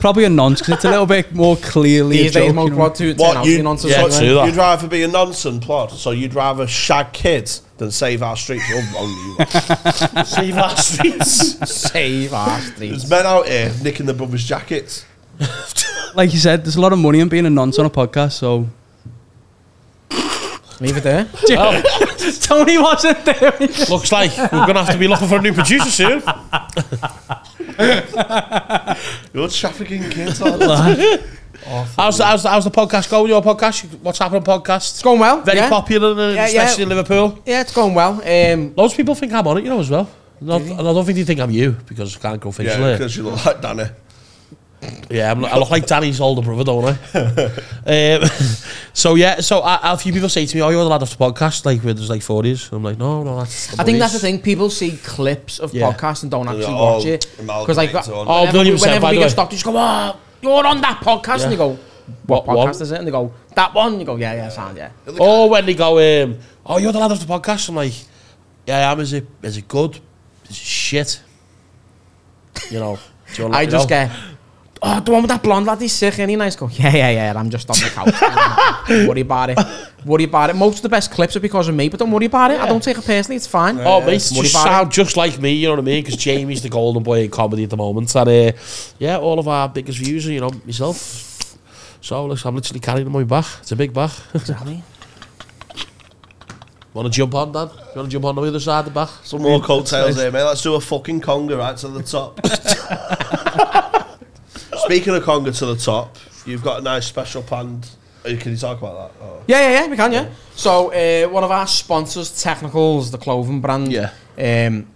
S4: Probably a nonce because it's a little bit more clearly
S3: These
S4: a joke.
S3: days,
S4: you
S3: most
S4: know.
S3: quad two ten
S2: What
S3: out
S2: you,
S3: being on to
S1: yeah,
S3: someone.
S1: true. that.
S2: would rather be a nonsense plot, so you'd rather shag kids than save our streets. You're wrong, you. lot.
S1: Save our streets.
S3: Save our streets.
S2: There's men out here nicking the brothers' jackets.
S4: Like you said, there's a lot of money in being a nonce on a podcast. So
S3: Leave it there.
S4: Tony wasn't there.
S1: Looks like we're going to have to be looking for a new producer soon.
S2: You're trafficking kids. aren't you?
S1: How's the, how's, the, how's the podcast going, your podcast? What's happening podcast?
S3: It's going well.
S1: Very
S3: yeah.
S1: popular, uh,
S3: Yeah, yeah.
S1: especially in Liverpool.
S3: Yeah, it's going well. Um,
S1: Loads of people think I'm on it, you know, as well. Not, and I don't think they think I'm you because I can't go
S2: yeah,
S1: physically. Yeah,
S2: because you look like Danny.
S1: I'm, I look like Danny's older brother, don't I? um, so yeah, so a, a few people say to me, "Oh, you're the lad off the podcast." Like, where there's like four years, and I'm like, "No, no, that's."
S3: I think that's the
S1: buddies."
S3: thing. People see clips of
S1: Yeah.
S3: podcasts and don't actually
S2: all
S3: watch it because like,
S2: amalgamated on.
S1: Oh,
S3: whenever, we,
S1: 100%,
S3: whenever
S1: by
S3: we
S1: the
S3: get
S1: way.
S3: stopped, you just go, "Oh, you're on that podcast," and you go, "What,
S1: What one?
S3: podcast is it?" And they go, "That one." You go, "Yeah, yeah, sound yeah."
S1: Oh, when they go, um, "Oh, you're the lad off the podcast," I'm like, "Yeah, I am. Is it? Is it good? Is it shit?" You know. do you wanna
S3: I
S1: let me
S3: just
S1: know?
S3: get. Oh, the one with that blonde lad, he's sick, and he nice. Go, yeah, yeah, yeah. I'm just on the couch. Don't worry about it. Worry about it. Most of the best clips are because of me, but don't worry about it. I don't take it personally. It's fine.
S1: Oh, mate,
S3: Worry
S1: just
S3: about it.
S1: sound just like me, you know what I mean? Because Jamie's the golden boy in comedy at the moment. And uh, yeah, all of our biggest views are, you know, myself. So look, I'm literally carrying them on my back. It's a big back.
S3: Exactly.
S1: Want to jump on, Dan? You want to jump on the other side of the back?
S2: Some more coattails here, mate. Let's do a fucking conga right to the top. Speaking of conga to the top, you've got a nice special planned. uh, Can you talk about that? Oh.
S3: Yeah, yeah, yeah, we can, yeah. So, uh, one of our sponsors, Technicals, the clothing brand,
S2: Yeah.
S3: um,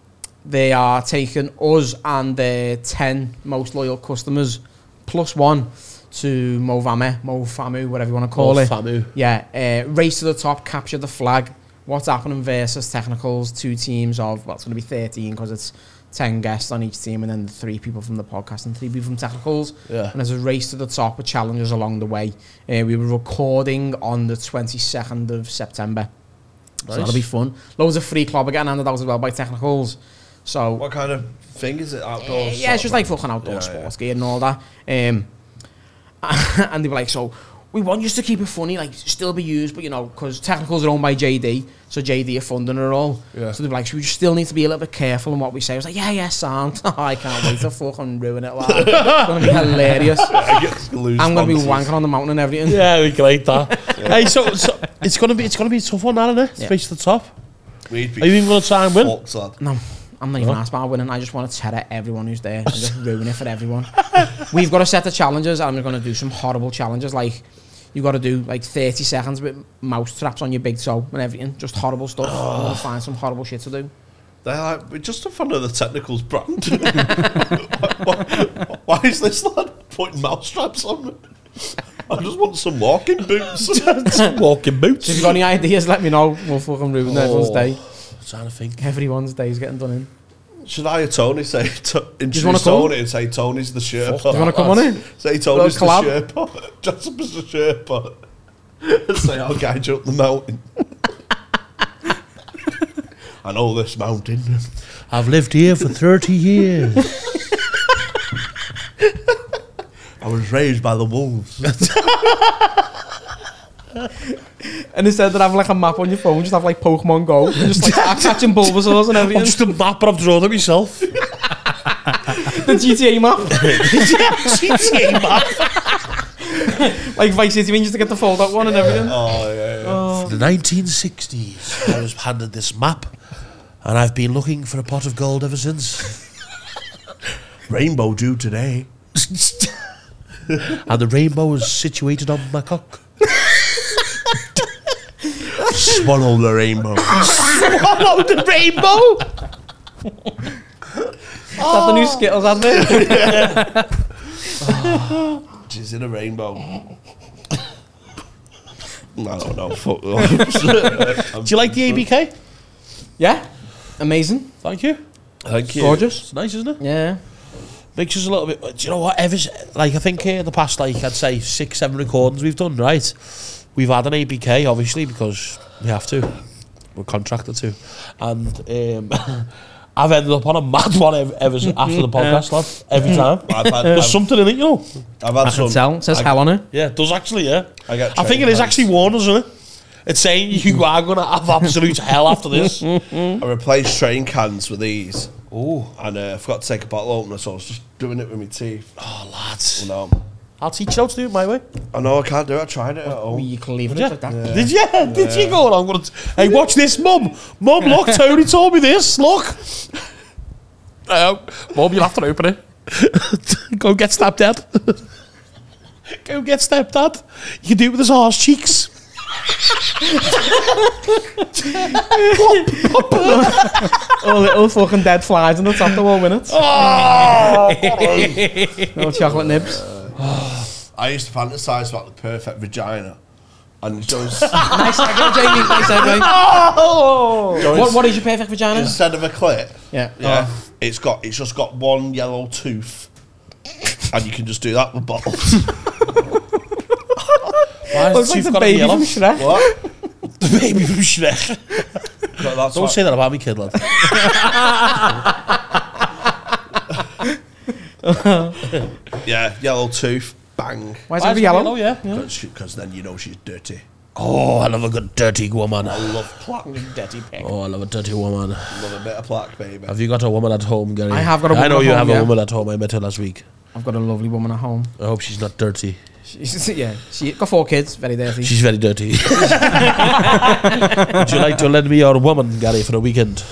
S3: they are taking us and their 10 most loyal customers, plus one, to Movame, Mofamu, whatever you want to call
S1: Or
S3: it.
S1: Famu.
S3: Yeah, uh, race to the top, capture the flag. What's happening versus Technicals, two teams of, well, it's going to be 13 because it's ten guests on each team, and then the three people from the podcast and three people from technicals.
S1: Yeah.
S3: And there's a race to the top with challenges along the way. Uh, we were recording on the 22nd of September, so that'll be fun. Loads of free club again handed out as well by technicals. So
S2: What kind of thing is it?
S3: yeah,
S2: Outdoor?
S3: yeah, it's just like fucking outdoor
S2: Yeah,
S3: sports gear and all that. Um, and they were like, so we want you to keep it funny, like still be used, but you know, because technicals are owned by JD, so JD are funding it all.
S1: Yeah.
S3: So they were like, so we just still need to be a little bit careful in what we say. I was like, yeah, yeah, sound. I can't wait to fucking ruin it. Like, it's gonna be hilarious. I'm gonna be wanking on the mountain and everything.
S1: Yeah, we can like that. Hey, so, so it's gonna be it's gonna be a tough one, that, isn't it?
S3: Yeah.
S1: Space to the top.
S2: We'd be
S1: Are you even gonna try and win?
S2: fucked, lad.
S3: No, I'm not even asked about winning. I just want to tear at everyone who's there and just ruin it for everyone. We've got a set of challenges, and I'm going to do some horrible challenges. Like, you got to do like 30 seconds with mouse traps on your big toe and everything. Just horrible stuff. I'm going to find some horrible shit to do.
S2: They're like, we're just a fan of the technicals brand. why, why is this lad putting mouse straps on me? I just want some walking boots.
S1: Walking
S3: So if
S1: boots.
S3: you've got any ideas, let me know. We'll fucking ruin everyone's
S1: Oh.
S3: day.
S1: I'm trying to think.
S3: Everyone's day is getting done in.
S2: Should I or Tony say to,
S3: wanna
S2: introduce
S3: come?
S2: Tony and say Tony's the Sherpa?
S1: Fuck
S3: Do you want to come on in?
S2: Say Tony's the
S3: Little
S2: Sherpa. Jasper's the Sherpa. say I'll guide you up the mountain. I know this mountain.
S1: I've lived here for 30 years.
S2: I was raised by the wolves.
S3: And instead of having like a map on your phone, just have like Pokemon Go. And just like start catching Bulbasaurs and
S1: I'm
S3: everything.
S1: just a map I've drawn of myself.
S3: the GTA map.
S1: GTA map.
S3: like Vice City, when you used to get the fold out one and everything.
S2: oh yeah. yeah.
S1: The 1960s, I was handed this map, and I've been looking for a pot of gold ever since.
S2: Rainbow dew today.
S1: and the rainbow is situated on my cock.
S2: Swallow the rainbow.
S1: Follow the rainbow!
S3: Is that the new Skittles advert?
S2: She's in a rainbow. I don't know. Fuck off.
S1: Do you like the ABK?
S3: Yeah. Amazing.
S1: Thank you.
S2: Thank you.
S3: Gorgeous.
S1: It's nice, isn't it?
S3: Yeah.
S1: Makes us a little bit. Do you know what? Ever s- like I think uh, the past like I'd say six, seven recordings we've done, right? We've had an ABK obviously because we have to. We're contracted to, and um, I've ended up on a mad one ever, ever s- after the podcast, lad. Every time.
S2: I've had,
S1: There's
S2: I've,
S1: something in it, you know.
S2: I've had
S3: I can
S2: some.
S3: tell. It says hell on it.
S1: Yeah, it does actually. Yeah,
S2: I get
S1: I think it
S2: training
S1: is
S2: pants.
S1: actually warned us, isn't it? It's saying you are gonna have absolute hell after this.
S2: I replaced train cans with these. Oh. And uh, I forgot to take a bottle opener, so I was just doing it with my teeth.
S1: oh, lads,
S2: No,
S1: I'll teach you how to do it my way.
S2: I know I can't do it. I tried it at
S3: Oh,
S2: home.
S3: you can leave it
S1: Yeah.
S3: like that.
S1: Did you? Did you go? I'm gonna. T- hey, watch this, mum. Mum, look. Tony told me this. Look. Oh, mum, you'll have to open it. go get stepdad. go get stepdad. You can do it with his arse cheeks.
S3: Oh, little fucking dead flies on the top of all minutes. Oh! little chocolate nibs.
S2: I used to fantasize about the perfect vagina. And so it's-
S3: nice segue, Jamie. Nice segue.
S2: so
S3: What,
S2: it's-
S3: what is your perfect vagina?
S2: instead of a clit,
S3: Oh! Yeah.
S2: yeah, it's got it's just got one yellow tooth, and you can just do that with bottles.
S1: Why
S3: Looks Oh, like the baby from Shrek.
S2: what?
S1: The baby from Shrek.
S2: But that's
S1: Don't
S2: what-
S1: say that about me, kid, lad.
S2: Yeah, yellow tooth, bang.
S3: Why is it yellow?
S1: Yeah.
S2: Because then you know she's dirty.
S1: Oh, I love a good dirty woman.
S2: I love plaque. Love
S3: Dirty pig.
S1: Oh, I love a dirty woman.
S2: a bit of plaque, baby.
S1: Have you got a woman at home, Gary?
S3: I have got a
S1: I
S3: woman
S1: know
S3: at
S1: you
S3: home,
S1: have
S3: yeah.
S1: a woman at home. I met her last week.
S3: I've got a lovely woman at home.
S1: I hope she's not dirty.
S3: She's, yeah, she got four kids. Very dirty.
S1: She's very dirty. Would you like to lend me your woman, Gary, for a weekend?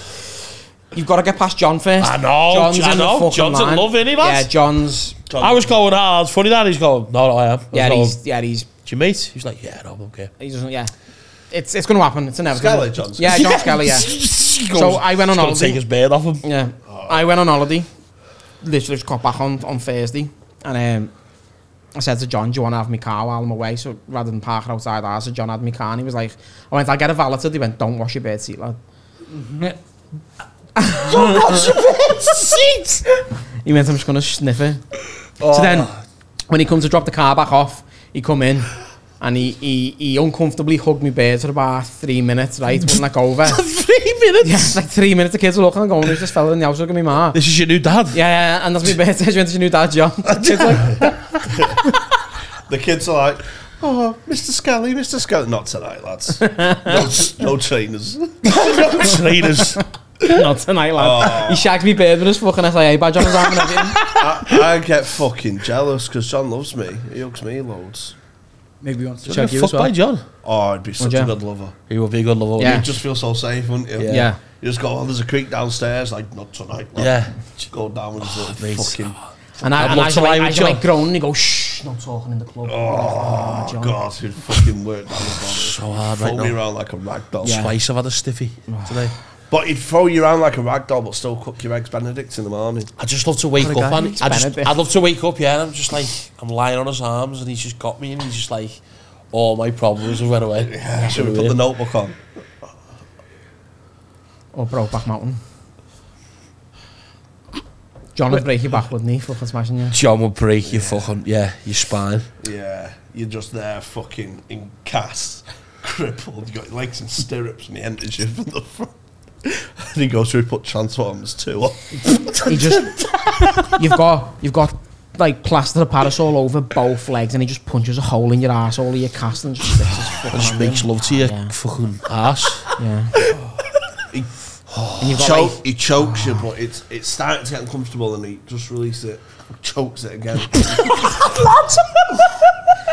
S3: You've got to get past John first.
S1: I know, I
S3: in the
S1: know.
S3: fucking
S1: John's in
S3: line.
S1: love, isn't he, lads?
S3: Yeah, John's.
S1: I was going, ah, it's funny that he's going, no, no, I am. I was
S3: Yeah,
S1: going,
S3: he's. Yeah, he's.
S1: Do you mate? He's like, yeah, no, okay.
S3: He doesn't. Yeah, it's it's going to happen. It's inevitable.
S2: Skelly John's-
S3: Yeah, John Skelly. Yeah.
S1: so
S3: I went on holiday.
S1: take his beard off him.
S3: Yeah. I went on holiday. Literally just got back on, on Thursday. And um, I said to John, do you want to have my car while I'm away? So rather than park it outside ours, so John had my car. And he was like, I went, I'll get a valeted. He went, don't wash your bird seat, lad. He meant I'm just gonna sniff it. So then, when he comes to drop the car back off, he come in and he he, he uncomfortably hugged me beards for about three minutes. Right, wouldn't let go over.
S1: Three minutes.
S3: yeah, like three minutes. The kids are looking and going, "There's this fella in the house looking at me, ma."
S1: This is your new dad.
S3: Yeah, yeah, and that's my beard. She went to your new dad, John. It's like,
S2: The kids are like, oh, Mr. Scully, Mr. Scully. Not tonight, lads. No, no trainers. no trainers.
S3: Not tonight,
S1: Oh,
S3: lad. He shagged me beard with his fucking SIA badge on his arm and everything.
S2: I, I get fucking jealous because John loves me. He hugs me loads.
S4: Maybe he wants to
S1: Fuck
S4: check you as well.
S1: by John.
S2: Oh, I'd be such
S3: Would ya?
S2: a good lover.
S1: He would be a good lover. wouldn't
S3: Yeah.
S2: You'd just feel so safe, wouldn't you?
S1: Yeah.
S3: Yeah.
S2: You just go, oh, there's a creek downstairs. Like, not tonight.
S1: he?
S2: Lad.
S1: Yeah. Oh,
S2: Just go down with his little
S1: mate.
S2: fucking.
S3: And I,
S1: I'd
S3: and
S1: love
S3: I
S1: to
S3: should like,
S1: lie
S3: I
S1: with
S3: should
S1: John.
S3: like groan and he goes, shh, not talking in the club.
S2: Oh,
S3: John.
S2: God, he'd fucking work down the bottom.
S1: So hard right
S2: Throw me
S1: now.
S2: around like a rag doll.
S1: Twice I've had a stiffy today.
S2: But he'd throw you around like a rag doll, but still cook your eggs Benedict in the morning.
S1: I just love to wake
S3: What a
S1: up
S3: guy.
S1: and
S3: He's
S1: I just,
S3: Benedict.
S1: I'd love to wake up, yeah, and I'm just like, I'm lying on his arms and he's just got me and he's just like, all my problems have went away.
S2: Yeah, should we put the notebook on?
S3: Or Brokeback Mountain. John would break your back, wouldn't he? Fucking smashing you.
S1: John would break your fucking, yeah, your spine.
S2: Yeah, you're just there fucking in cast, crippled. You got your legs in stirrups, and he enters you from the front. and he goes through, put Transformers 2 on.
S3: He just, you've got, you've got like plaster of Paris all over both legs, and he just punches a hole in your ass, all of your cast, and just sticks his fucking.
S1: Just
S3: hand
S1: makes
S3: in.
S1: love to your
S3: Yeah.
S1: fucking ass.
S3: Yeah.
S2: He-
S3: and you've got
S2: Choke,
S3: like,
S2: he chokes you, but it's it's starting to get uncomfortable, and he just releases it, chokes it again.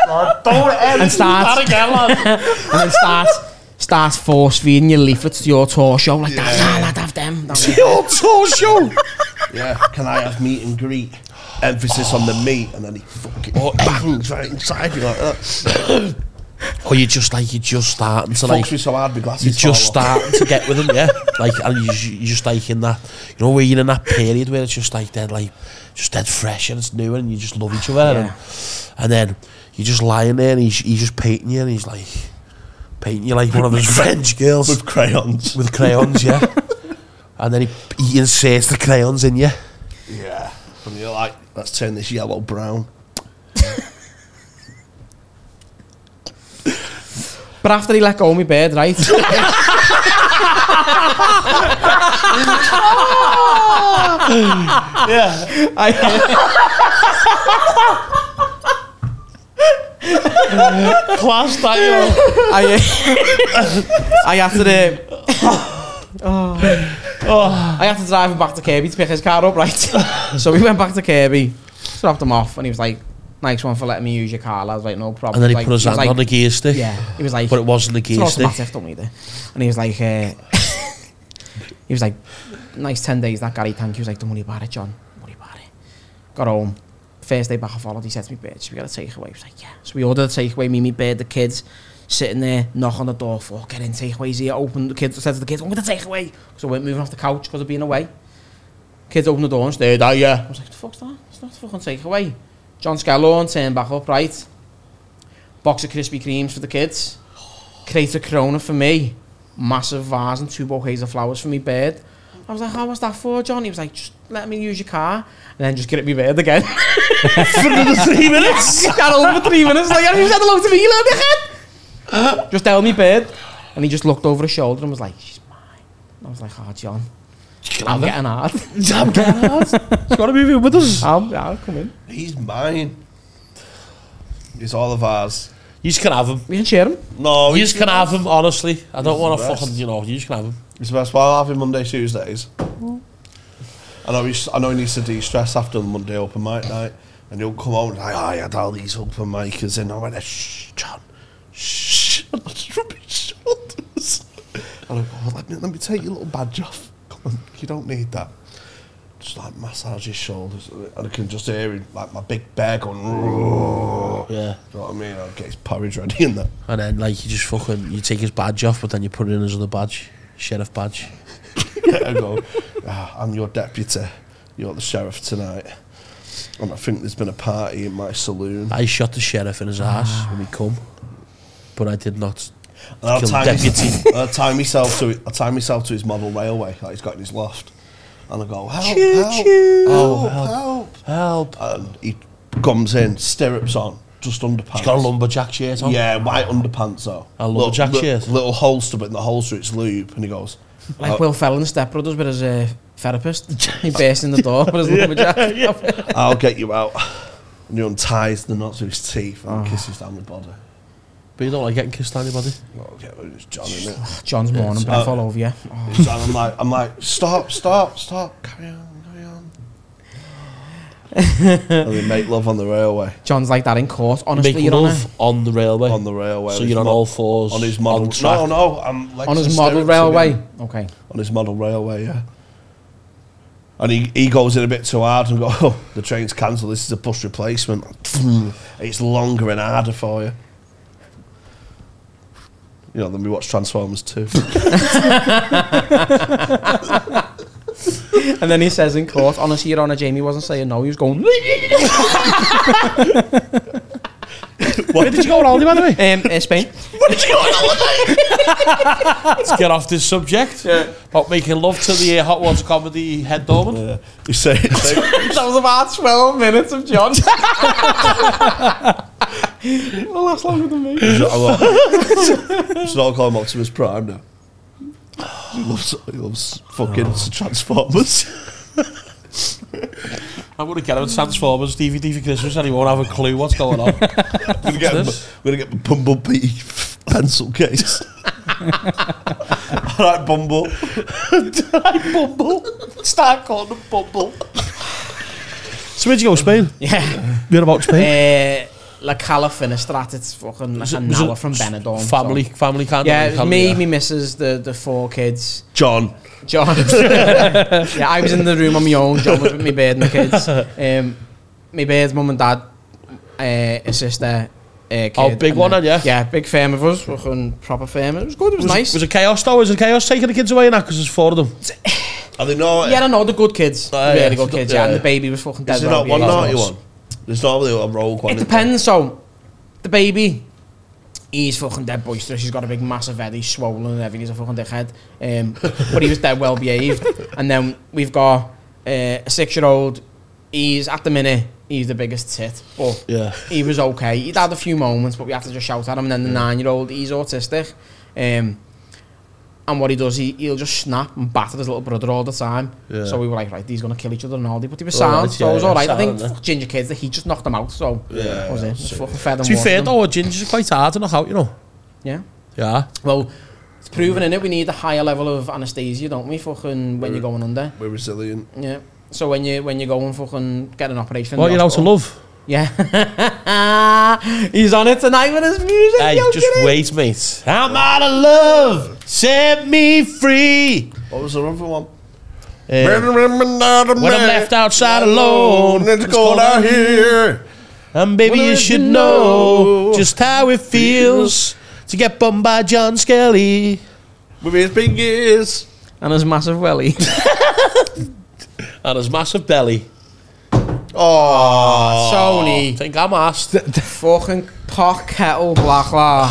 S3: and starts and then starts starts force feeding your leaflets to your torso like that.
S2: Yeah.
S3: Yeah, lad, have them. That one."
S1: Your torso!
S2: yeah, can I have meet and greet? Emphasis on the meat, and then he fucking
S3: Oh,
S2: bangs right inside you like that.
S1: Or you're just like, you're just starting to like,
S2: Fucks me so hard, my glasses
S1: you're just
S2: fall off.
S1: starting to get with them, yeah. Like, and you, you just like in that, you know, where you're in that period where it's just like dead, like, just dead fresh and it's new and you just love each other.
S3: Yeah.
S1: And, and then you're just lying there and he's, he's just painting you and he's like, painting you like one of those French girls with,
S2: with crayons.
S1: crayons, yeah. and then he, he inserts the crayons in you.
S2: Yeah. And you're like, let's turn this yellow brown.
S3: But after he let go of my bed, right?
S2: Yeah.
S3: I,
S1: Class style.
S3: I, I have to do. Oh. I had to drive him back to Kirby to pick his car up, right? so we went back to Kirby, dropped him off, and he was like, "Nice one for letting me use your car." lad." I was like, "No problem."
S1: And then he
S3: like,
S1: put his hand
S3: was like,
S1: on the gear stick.
S3: Yeah, he was like,
S1: But it wasn't the
S3: It's
S1: gear
S3: not
S1: stick.
S3: automatic, don't need it. And he was like, uh, he was like, nice 10 days, that Gary, thank you. He was like, don't worry about it, John. Don't worry about it. Got home. First day back off holiday, he said to me, bitch, we got a takeaway. He was like, yeah. So we ordered a takeaway, me, me, bird, the kids, sitting there, knock on the door, fuck, "Oh, get in, takeaways here. Open the kids, said to the kids, I'm with the takeaway. So I weren't moving off the couch because of being away. Kids opened the door and stared at you. I was like, the fuck's that? It's not a fucking takeaway. John Scallon turned back up, right? Box of Krispy Kremes for the kids. Crate of Corona for me. Massive vase and two bouquets of flowers for me bed. I was like, how was that for, John? He was like, just let me use your car. And then just get it me bed again.
S1: For another three minutes.
S3: got over three minutes. Like, "Have you said hello to me, you little dickhead. Just tell me bed. And he just looked over his shoulder and was like, she's mine. And I was like, oh, John. I'm getting hard.
S1: Damn, Gerard. He's got to move in with us.
S3: I'm, I'll come in.
S2: He's mine. He's all of ours.
S1: You just can have him.
S3: We can share him.
S2: No,
S1: You
S2: he's,
S1: just can have him, honestly. I don't want to
S2: the best.
S1: fucking, you know, you just can have him.
S2: he's the best. Well, I'll have him Monday, Tuesdays. I know, he's, I know he needs to de-stress after the Monday open mic night. And he'll come home and like, "Oh, I had all these open micers in. I went, shh, John, shh. And I just rub his shoulders. And I go, "Oh, let, me, let me take your little badge off. Come on, you don't need that. Just like massage his shoulders. And I can just hear him, like my big bear going, "Roar."
S1: Yeah.
S2: Do you know what I mean? I'll get his porridge ready and that.
S1: And then, like, you just fucking, you take his badge off, but then you put it in his other badge. Sheriff badge.
S2: I go, "Ah, I'm your deputy. You're the sheriff tonight. And I think there's been a party in my saloon.
S1: Ah. I shot the sheriff in his ass when we come, but I did not
S2: And I'll
S1: Kill
S2: tie,
S1: deputy.
S2: I'll tie myself to I tie myself to his model railway that he's got in his loft, and I go help, help, help,
S1: Oh,
S2: help,
S1: Help.
S2: and he comes in, stirrups on, just underpants.
S1: He's got a lumberjack shirt on.
S2: Yeah, white underpants though.
S1: A lumberjack
S2: little,
S1: shirt.
S2: little, little holster, but in the holster it's lube, and he goes.
S3: Like
S2: "Oh,
S3: Will Ferrell in Step Brothers with his uh, therapist. he bursts in the door with his lumberjack.
S2: I'll get you out. And he unties the knots with his teeth and
S1: Ah.
S2: kisses down the body.
S1: But you don't like getting kissed on your body.
S2: Oh, yeah, but it's John, isn't it?
S3: John's morning breath
S2: uh,
S3: all over you.
S2: It's John. I'm like, I'm like, stop, stop, stop. Carry on, carry on. and they make love on the railway.
S3: John's like that in court. Honestly,
S1: Make
S3: you know.
S1: love on the railway.
S2: On the railway.
S1: So
S2: His
S1: you're on
S2: mo-
S1: all fours.
S2: On his model.
S1: on track.
S2: No, no. I'm like
S3: On his
S2: just
S3: model
S2: staring at him.
S3: railway. Okay.
S2: On his model railway, yeah. And he, he goes in a bit too hard and go, oh, the train's cancelled. This is a bus replacement. It's longer and harder for you. You know, then we watch Transformers 2.
S3: And then he says in court, honestly, Your Honour, Jamie wasn't saying no. He was going,
S1: Where did you go on holiday, by the way?
S3: um, uh, Spain.
S1: Let's get off this subject. About making love to the uh, Hot Water Comedy head doorman.
S2: yeah. He says,
S3: that was about 12 minutes of John. It'll last longer than me.
S2: Should all call him Optimus Prime now. He loves, he loves fucking
S1: Oh.
S2: Transformers.
S1: I'm going to get him a Transformers DVD for Christmas and he won't have a clue what's going on.
S2: I'm going
S1: this?
S2: to get my Bumblebee pencil case. Alright, Bumble.
S1: Bumble. Start calling him Bumble. So where'd you go, Spain?
S3: Yeah.
S1: You're about Spain.
S3: Uh, La Cala Finistrat, it's fucking like
S1: Was it-
S3: an
S1: was it
S3: hour from Benidorm.
S1: Family, family
S3: So.
S1: kind
S3: Yeah, it was me, me missus, the, the four kids.
S2: John.
S3: John. yeah, I was in the room on my own. John was with me bird and the kids. Um, my bird's mum and dad, uh, a sister, a kid.
S1: Oh, big
S3: and
S1: one,
S3: then-
S1: then, yeah?
S3: Yeah, big firm of us. We're going proper firm. It was good. It was,
S1: Was,
S3: nice.
S1: it, was it chaos though? Was it chaos taking the kids away and that? Because there's four of them.
S2: Are they not?
S3: yeah, I know the good kids.
S2: Ah,
S3: really
S2: yeah,
S3: good kids. Yeah, and the baby was fucking dead.
S2: Is there
S3: wrong,
S2: not one
S3: yeah.
S2: naughty one? There's normally a rogue one.
S3: It
S2: isn't
S3: depends. So, the baby, he's fucking dead boisterous. He's got a big massive head. He's swollen and everything. He's a fucking dickhead. Um, but he was dead well behaved. And then we've got uh, a six year old. He's at the minute. He's the biggest tit, but
S1: Yeah.
S3: he was okay. He'd had a few moments, but we had to just shout at him. And then the nine-year-old, he's autistic, um, and what he does, he, he'll just snap and batter his little brother all the time.
S1: Yeah.
S3: So we were like, right, he's gonna kill each other and all that. But he was
S1: All
S3: sound,
S1: right,
S3: so
S1: yeah,
S3: it was
S1: yeah,
S3: all right. I
S1: sound,
S3: think
S1: yeah.
S3: fuck ginger kids, that he just knocked them out. So
S2: Yeah,
S3: that was it? Just fucking fed them.
S1: To be fair
S3: watered them.
S1: though, Ginger's quite hard to knock out, you know.
S3: yeah.
S1: Yeah.
S3: Well, it's proven in it. We need a higher level of anaesthesia, don't we? Fucking when you're going under.
S2: We're resilient.
S3: Yeah. So when you when you're going fucking get an operation. in
S1: Well,
S3: the
S1: you're out of nou
S3: hospital.
S1: love.
S3: Yeah. he's on it tonight with his music.
S1: Hey,
S3: yo,
S1: just
S3: get it.
S1: wait, mate. I'm out of love. Set me free.
S2: What was the other one?
S1: Uh, when I'm left outside alone,
S2: it's
S1: it's
S2: cold
S1: cold out
S2: out here.
S1: and baby, you should know just how it feels to get bummed by John Skelly.
S2: With his big ears.
S3: and his massive welly.
S1: And his massive belly.
S2: Oh,
S1: I
S3: Tony,
S1: think I'm asked.
S3: fucking pot kettle black la.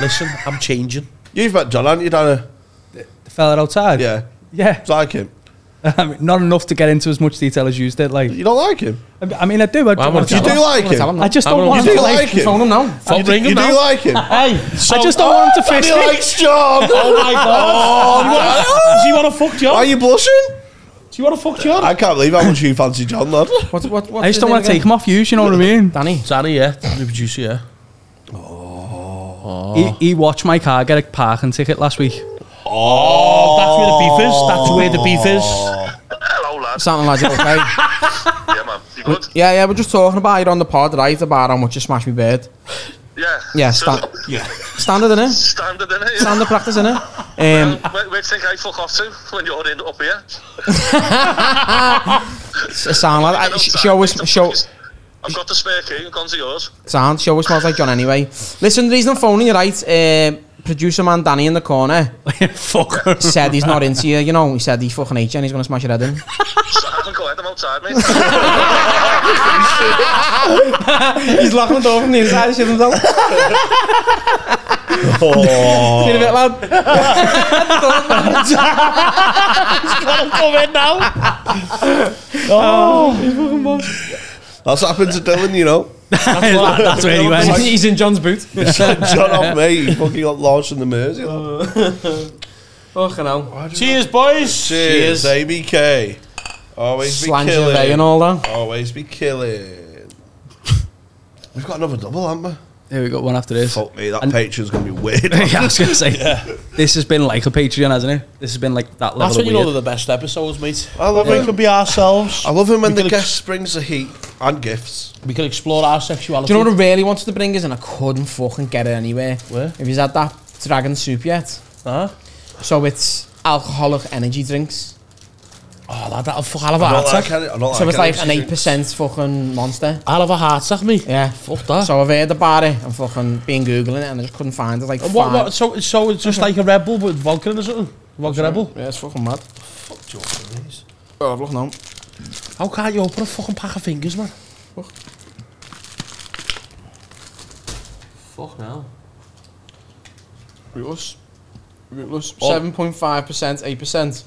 S1: Listen, I'm changing.
S2: you've met John, haven't you, Dana?
S4: The fella outside.
S2: Yeah,
S4: Yeah.
S2: it's like him.
S4: I mean, not enough to get into as much detail as you did. Like,
S2: You don't like him.
S4: I mean- I mean, I do. I,
S1: Well, I'm
S4: I,
S1: gonna
S2: You
S4: just,
S1: tell
S2: do
S1: him.
S2: like
S3: Tell him
S2: him.
S4: I just
S1: I'm
S4: don't
S1: gonna-
S4: want
S2: You
S4: him
S2: do
S4: to like.
S2: like him.
S3: Phone him now.
S1: I'll
S2: Oh, You
S1: ring
S2: do
S1: him now.
S2: like him.
S1: Hey, so,
S4: I just don't want him to
S2: He
S4: fist me.
S2: likes John.
S1: Oh my god. Do you want to fuck
S2: Why
S1: John?
S2: are you blushing?
S1: Do you want to fuck John?
S2: I can't believe how much you fancy John, lad.
S3: What, what, what
S4: I just don't want to take him off you. You know what I mean?
S3: Danny.
S1: Danny, yeah. The producer, yeah.
S4: He, he watched my car get a parking ticket last week.
S1: Oh, that's where the beef is. That's where the beef
S2: Oh.
S1: is.
S5: Hello, lads.
S3: Something like that, okay?
S5: Yeah, man. You good?
S3: yeah, yeah, we're just talking about it on the pod, right? About how much you smash me bird.
S5: Yeah.
S3: Yeah,
S5: So,
S3: sta- standard in it.
S5: standard, innit?
S3: Standard practice in it. Um,
S5: Where, where do you think I fuck off to when you're in up here?
S3: s- sound like I, eh, sh- she always show
S5: I've got the spare key. I've gone to yours.
S3: sound. She always smells like John anyway. Listen, the reason I'm phoning you, right? Um, producer man Danny in the corner
S4: Fuck.
S3: said he's not into you, you know. He said he fucking hates you and he's gonna smash your head in.
S5: So I haven't got it. I'm outside, mate.
S3: he's locking the door from the inside and shit himself.
S2: Oh,
S3: Seen a bit, lad.
S2: that's happened to Dylan, you know.
S4: That's where he went.
S3: he's in John's boot.
S2: John off me. He fucking got launched in the Mersey. Oh,
S3: Fucking hell.
S1: Cheers, boys.
S2: Cheers, ABK. Always be
S3: Slang survey and
S2: killing.
S3: all that.
S2: Always be killing. We've got another double, haven't we?
S4: Here we got one after this.
S2: Fuck me, that
S4: And-
S2: Patreon's gonna be weird.
S4: yeah, I was gonna say. This has been like a Patreon, hasn't it? This has been like that level
S1: That's
S4: of
S1: when you know
S4: weird.
S1: they're the best episodes, mate.
S2: I love
S1: We
S2: it.
S1: can be ourselves.
S2: I love him when
S1: We
S2: the
S1: can
S2: guest brings the heat and gifts.
S1: We can explore our sexuality.
S3: Do you know what I really wanted to bring is, and I couldn't fucking get it anywhere.
S1: Where?
S3: If he's had that dragon soup yet,
S1: Huh?
S3: so it's alcoholic energy drinks.
S1: Oh, lad, that'll fuck. I'll have a
S2: I'm not
S1: heart
S2: like,
S1: attack.
S2: any- I'm not
S3: So it's
S2: any
S3: like an eight
S2: drinks.
S3: percent fucking monster.
S1: I'll have a heart attack, mate.
S3: Yeah.
S1: Fuck that.
S3: So I've heard about it and fucking been googling it and I just couldn't find it. Like
S1: And what,
S3: five-
S1: what, so, so it's just like a Red Bull with vodka in or something? Vodka Red Bull?
S3: Yeah, it's fucking mad. Oh, I've looked now.
S1: How can't you open a fucking pack of fingers, man? Fuck now.
S3: Rootless. Rootless. 7.5%, 8%.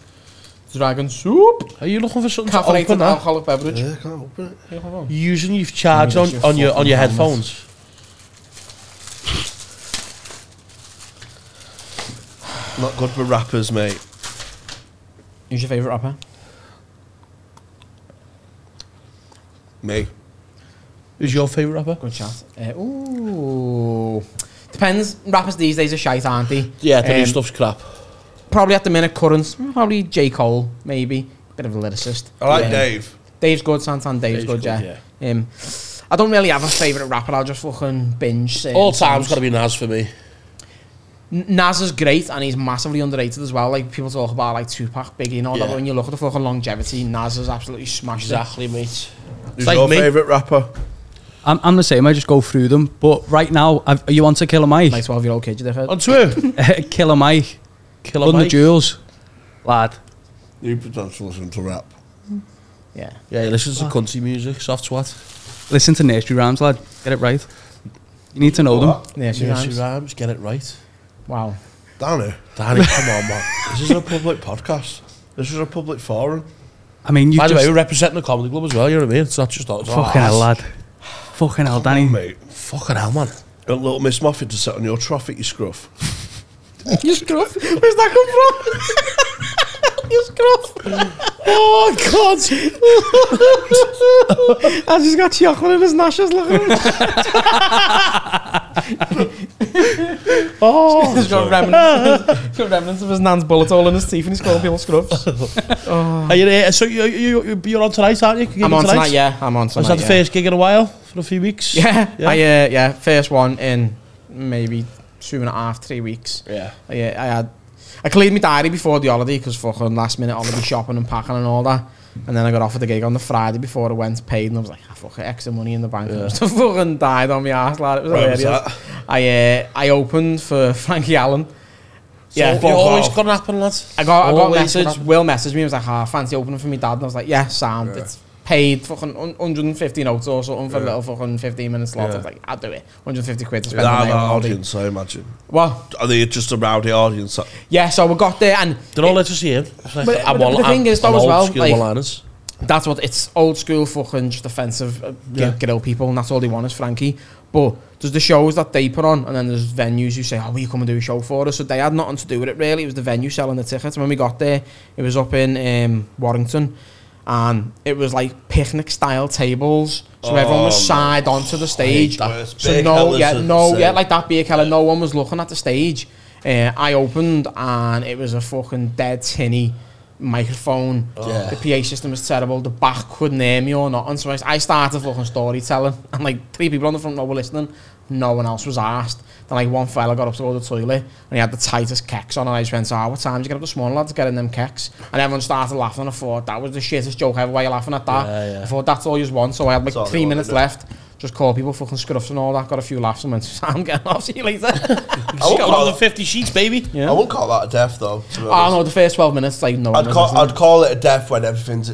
S3: Dragon soup.
S1: Are you looking for something to open
S3: Caffeinated
S1: that?
S3: alcoholic beverage.
S2: Yeah, can't open it.
S1: Using your charge
S3: Let
S1: on,
S3: me get your
S1: on your on
S3: fucking
S1: your
S3: helmet.
S1: headphones.
S2: Not good for rappers, mate.
S3: Who's your favourite rapper?
S2: Me.
S1: Who's your favourite rapper?
S3: Good chat. Uh, ooh. Depends. Rappers these days are shite, aren't they?
S1: Yeah, the new
S3: Um,
S1: stuff's crap.
S3: Probably at the minute, current. Probably J. Cole, maybe. Bit of a lyricist.
S2: I like
S3: Um,
S2: Dave.
S3: Dave's good, Santan
S1: Dave's
S3: Dave's, good,
S1: good,
S3: yeah. Um, I don't really have a favourite rapper, I'll just fucking binge. certain
S1: All
S3: songs.
S1: time's got to be Nas for me.
S3: N- Nas is great and he's massively underrated as well. Like people talk about like Tupac, Biggie, and all that.
S1: Yeah.
S3: But when you look at the fucking longevity, Nas has absolutely smashed
S1: Exactly, mate.
S2: Who's
S1: like
S2: your
S1: me.
S2: favourite rapper?
S4: I'm, I'm the same. I just go through them. But right now, I've, are you on to Killer Mike?
S3: it. Like twelve year old kid, you dickhead.
S1: On Twitter,
S4: Killer Mike.
S1: Killer
S4: Run the
S1: Mike.
S4: jewels, lad.
S2: You potential listen to rap.
S3: Yeah.
S1: Yeah, he listens to country music, soft twat.
S4: Listen to nursery rhymes, lad. Get it right. You need to know them.
S3: Yeah, she
S1: Yes,
S3: rhymes.
S1: rhymes, get it right.
S3: Wow.
S2: Down here.
S1: Danny, come on, man.
S2: This is a public podcast. This is a public forum.
S4: I mean, you
S1: By the way,
S4: just
S1: we're representing the comedy club as well. You know what I mean? It's not just us.
S4: fucking hell, lad. Fucking hell, Danny.
S2: Mate.
S1: Fucking hell, man.
S2: Got little Miss Moffat to sit on your traffic, you scruff.
S3: you scruff. Where's that come from? you scruff.
S1: Oh God!
S3: As he's got chocolate in his nashes, look at him. oh, he's got remnants. he's got remnants of his nan's bullet hole in his teeth, and he's calling people scruffs.
S1: Are you there? So you you you're on tonight, aren't you? Gigging
S3: I'm on tonight. Yeah, I'm on tonight.
S1: Was that the
S3: yeah.
S1: first gig in a while for a few weeks?
S3: Yeah,
S1: Yeah.
S3: I, uh, yeah, first one in maybe two and a half, three weeks.
S1: Yeah.
S3: I, uh, I had, I cleared my diary before the holiday because fucking last minute holiday shopping and packing and all that. And then I got offered the gig on the Friday before I went, paid, and I was like, ah, fuck it, extra money in the bank. I must have fucking died on my ass, lad. It was
S2: Where was
S3: hilarious.
S2: that?
S3: I, uh, I opened for Frankie Allen. yeah,
S1: Fuck always
S2: off.
S1: gonna happen, lads.
S3: I got, I got a
S1: Always
S3: message.
S1: gonna-
S3: Will messaged me. He was like, "Ah, fancy opening for me, dad." And I was like, "Yeah, sound.
S2: Yeah.
S3: It's paid fucking un- 150 notes or something for a
S2: Yeah.
S3: little fucking 15 minute slot."
S2: Yeah.
S3: I was like, "I'll do it. 150 quid to spend
S2: Nah,
S3: the night
S2: that
S3: on Aldi."
S2: audience, I imagine.
S3: Well,
S2: Are they just a rowdy audience? that-
S3: yeah. So we got there, and
S1: They're all let's see him. It's like,
S3: But-
S1: I'm
S3: but
S1: on-
S3: the thing
S1: I'm-
S3: is, though,
S1: I'm
S3: as
S1: old
S3: well,
S1: school
S3: like-
S1: one-liners.
S3: that's what it's old school fucking just offensive uh, gr- grill people, and that's all they want is Frankie. But there's the shows that they put on, and then there's venues who say, "Oh, will you come and do a show for us?" So they had nothing to do with it really. It was the venue selling the tickets. When we got there, it was up in um, Warrington, and it was like picnic style tables, so everyone
S2: Oh,
S3: was side onto the stage.
S2: that.
S3: So
S2: Big
S3: no,
S2: hell
S3: yeah,
S2: is
S3: no, yeah,
S2: insane.
S3: like that beer keller. No one was looking at the stage. Uh, I opened and it was a fucking dead tinny microphone.
S1: Yeah.
S3: The PA system was terrible. The back couldn't hear me or not. And so I, I started fucking storytelling, and like three people on the front row were listening. No one else was asked. Then like one fella got up to go to the toilet, and he had the tightest kecks on, and I just went, "Ah, what time did you get up this morning, lads? Getting them kecks?" And everyone started laughing. and I thought that was the shittest joke ever. Why are you laughing at that?
S1: Yeah, yeah.
S3: I thought that's all you want. So I had like
S2: all they
S3: three
S2: want,
S3: minutes
S2: isn't it?
S3: left. just call people fucking scruffs and all that. Got a few laughs and went, I'm getting off. See you later.
S2: I won't,
S1: Got all
S2: call
S1: the
S2: it,
S1: 50 sheets, baby.
S2: I won't call that a death though. to be
S3: oh
S2: honest.
S3: no, the first 12 minutes, like no. one
S2: I'd
S3: knows,
S2: call
S3: isn't it?
S2: I'd call it a death when everything's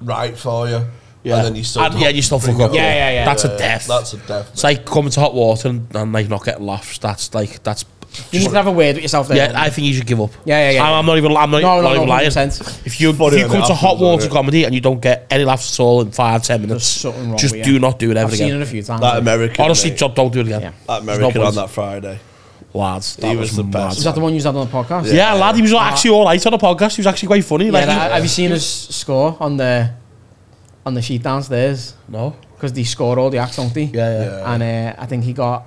S2: right for you. Yeah. And then you still
S1: And, yeah, you still fuck up.
S3: Yeah, yeah, yeah.
S1: That's a death.
S2: That's a death.
S1: it's like coming to hot water and, and like not getting laughs. That's like that's.
S3: You need to have a word with yourself there.
S1: Yeah, I think you should give up.
S3: Yeah, yeah, yeah.
S1: I'm, I'm not even. I'm not, not
S3: no, no, no,
S1: even lying.
S3: 100%.
S1: If you if
S2: Funny
S1: you
S2: when
S1: come
S2: it
S1: to hot
S2: happens,
S1: water
S2: isn't it?
S1: comedy and you don't get any laughs at all in five ten minutes,
S3: something wrong
S1: just
S3: with
S1: do
S3: you.
S1: not do it ever
S3: I've
S1: again.
S3: seen it a few times.
S2: That
S3: like.
S2: American.
S1: Honestly,
S2: mate.
S1: John, don't do it again.
S3: Yeah.
S2: that
S1: There's no
S2: American on
S1: point.
S2: that Friday.
S1: lads. That
S2: He
S1: was,
S2: was the
S1: mad.
S2: best.
S3: Is that the one you had on the podcast?
S1: Yeah, lad, he was actually all right on a podcast. He was actually quite funny.
S3: Yeah,
S1: like,
S3: that-
S1: he-
S3: have you seen his score on the on the sheet downstairs?
S1: no.
S3: Because they score all the acts, don't they?
S1: Yeah, yeah.
S2: Yeah.
S3: And uh, I think he got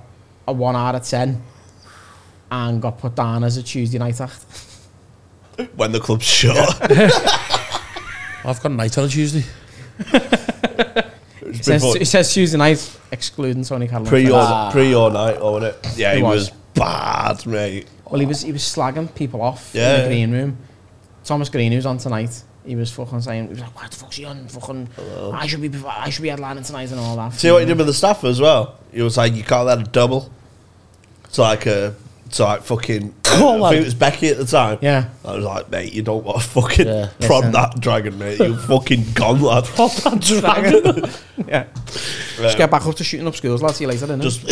S3: a one out of ten, and got put down as a Tuesday night act.
S2: When the club's shut.
S1: I've got a night on a Tuesday.
S3: It says,
S2: before-
S3: it says Tuesday night, excluding Tony Catalan.
S2: pre
S3: Fest.
S2: your pre your night or wasn't it? Yeah,
S3: It
S2: he
S3: was.
S2: was bad, mate.
S3: Well, he was he was slagging people off in
S2: Yeah.
S3: the green room. Thomas Green, who's on tonight, he was fucking saying, he was like, "What the fuck's he on? Fucking, I should be, I should be headlining tonight and all that."
S2: See what he did with the staff as well. He was like, "You call that a double?" It's like a, it's like fucking. I think it was Becky at the time.
S3: Yeah.
S2: I was like, mate, you don't want to fucking
S1: Yeah.
S2: prod
S3: Listen.
S2: that dragon, mate. You fucking gone, lad.
S1: Oh,
S2: Prod that dragon.
S3: Yeah. Just get back up to shooting up schools. Lads, see you later. Innit?
S2: Just,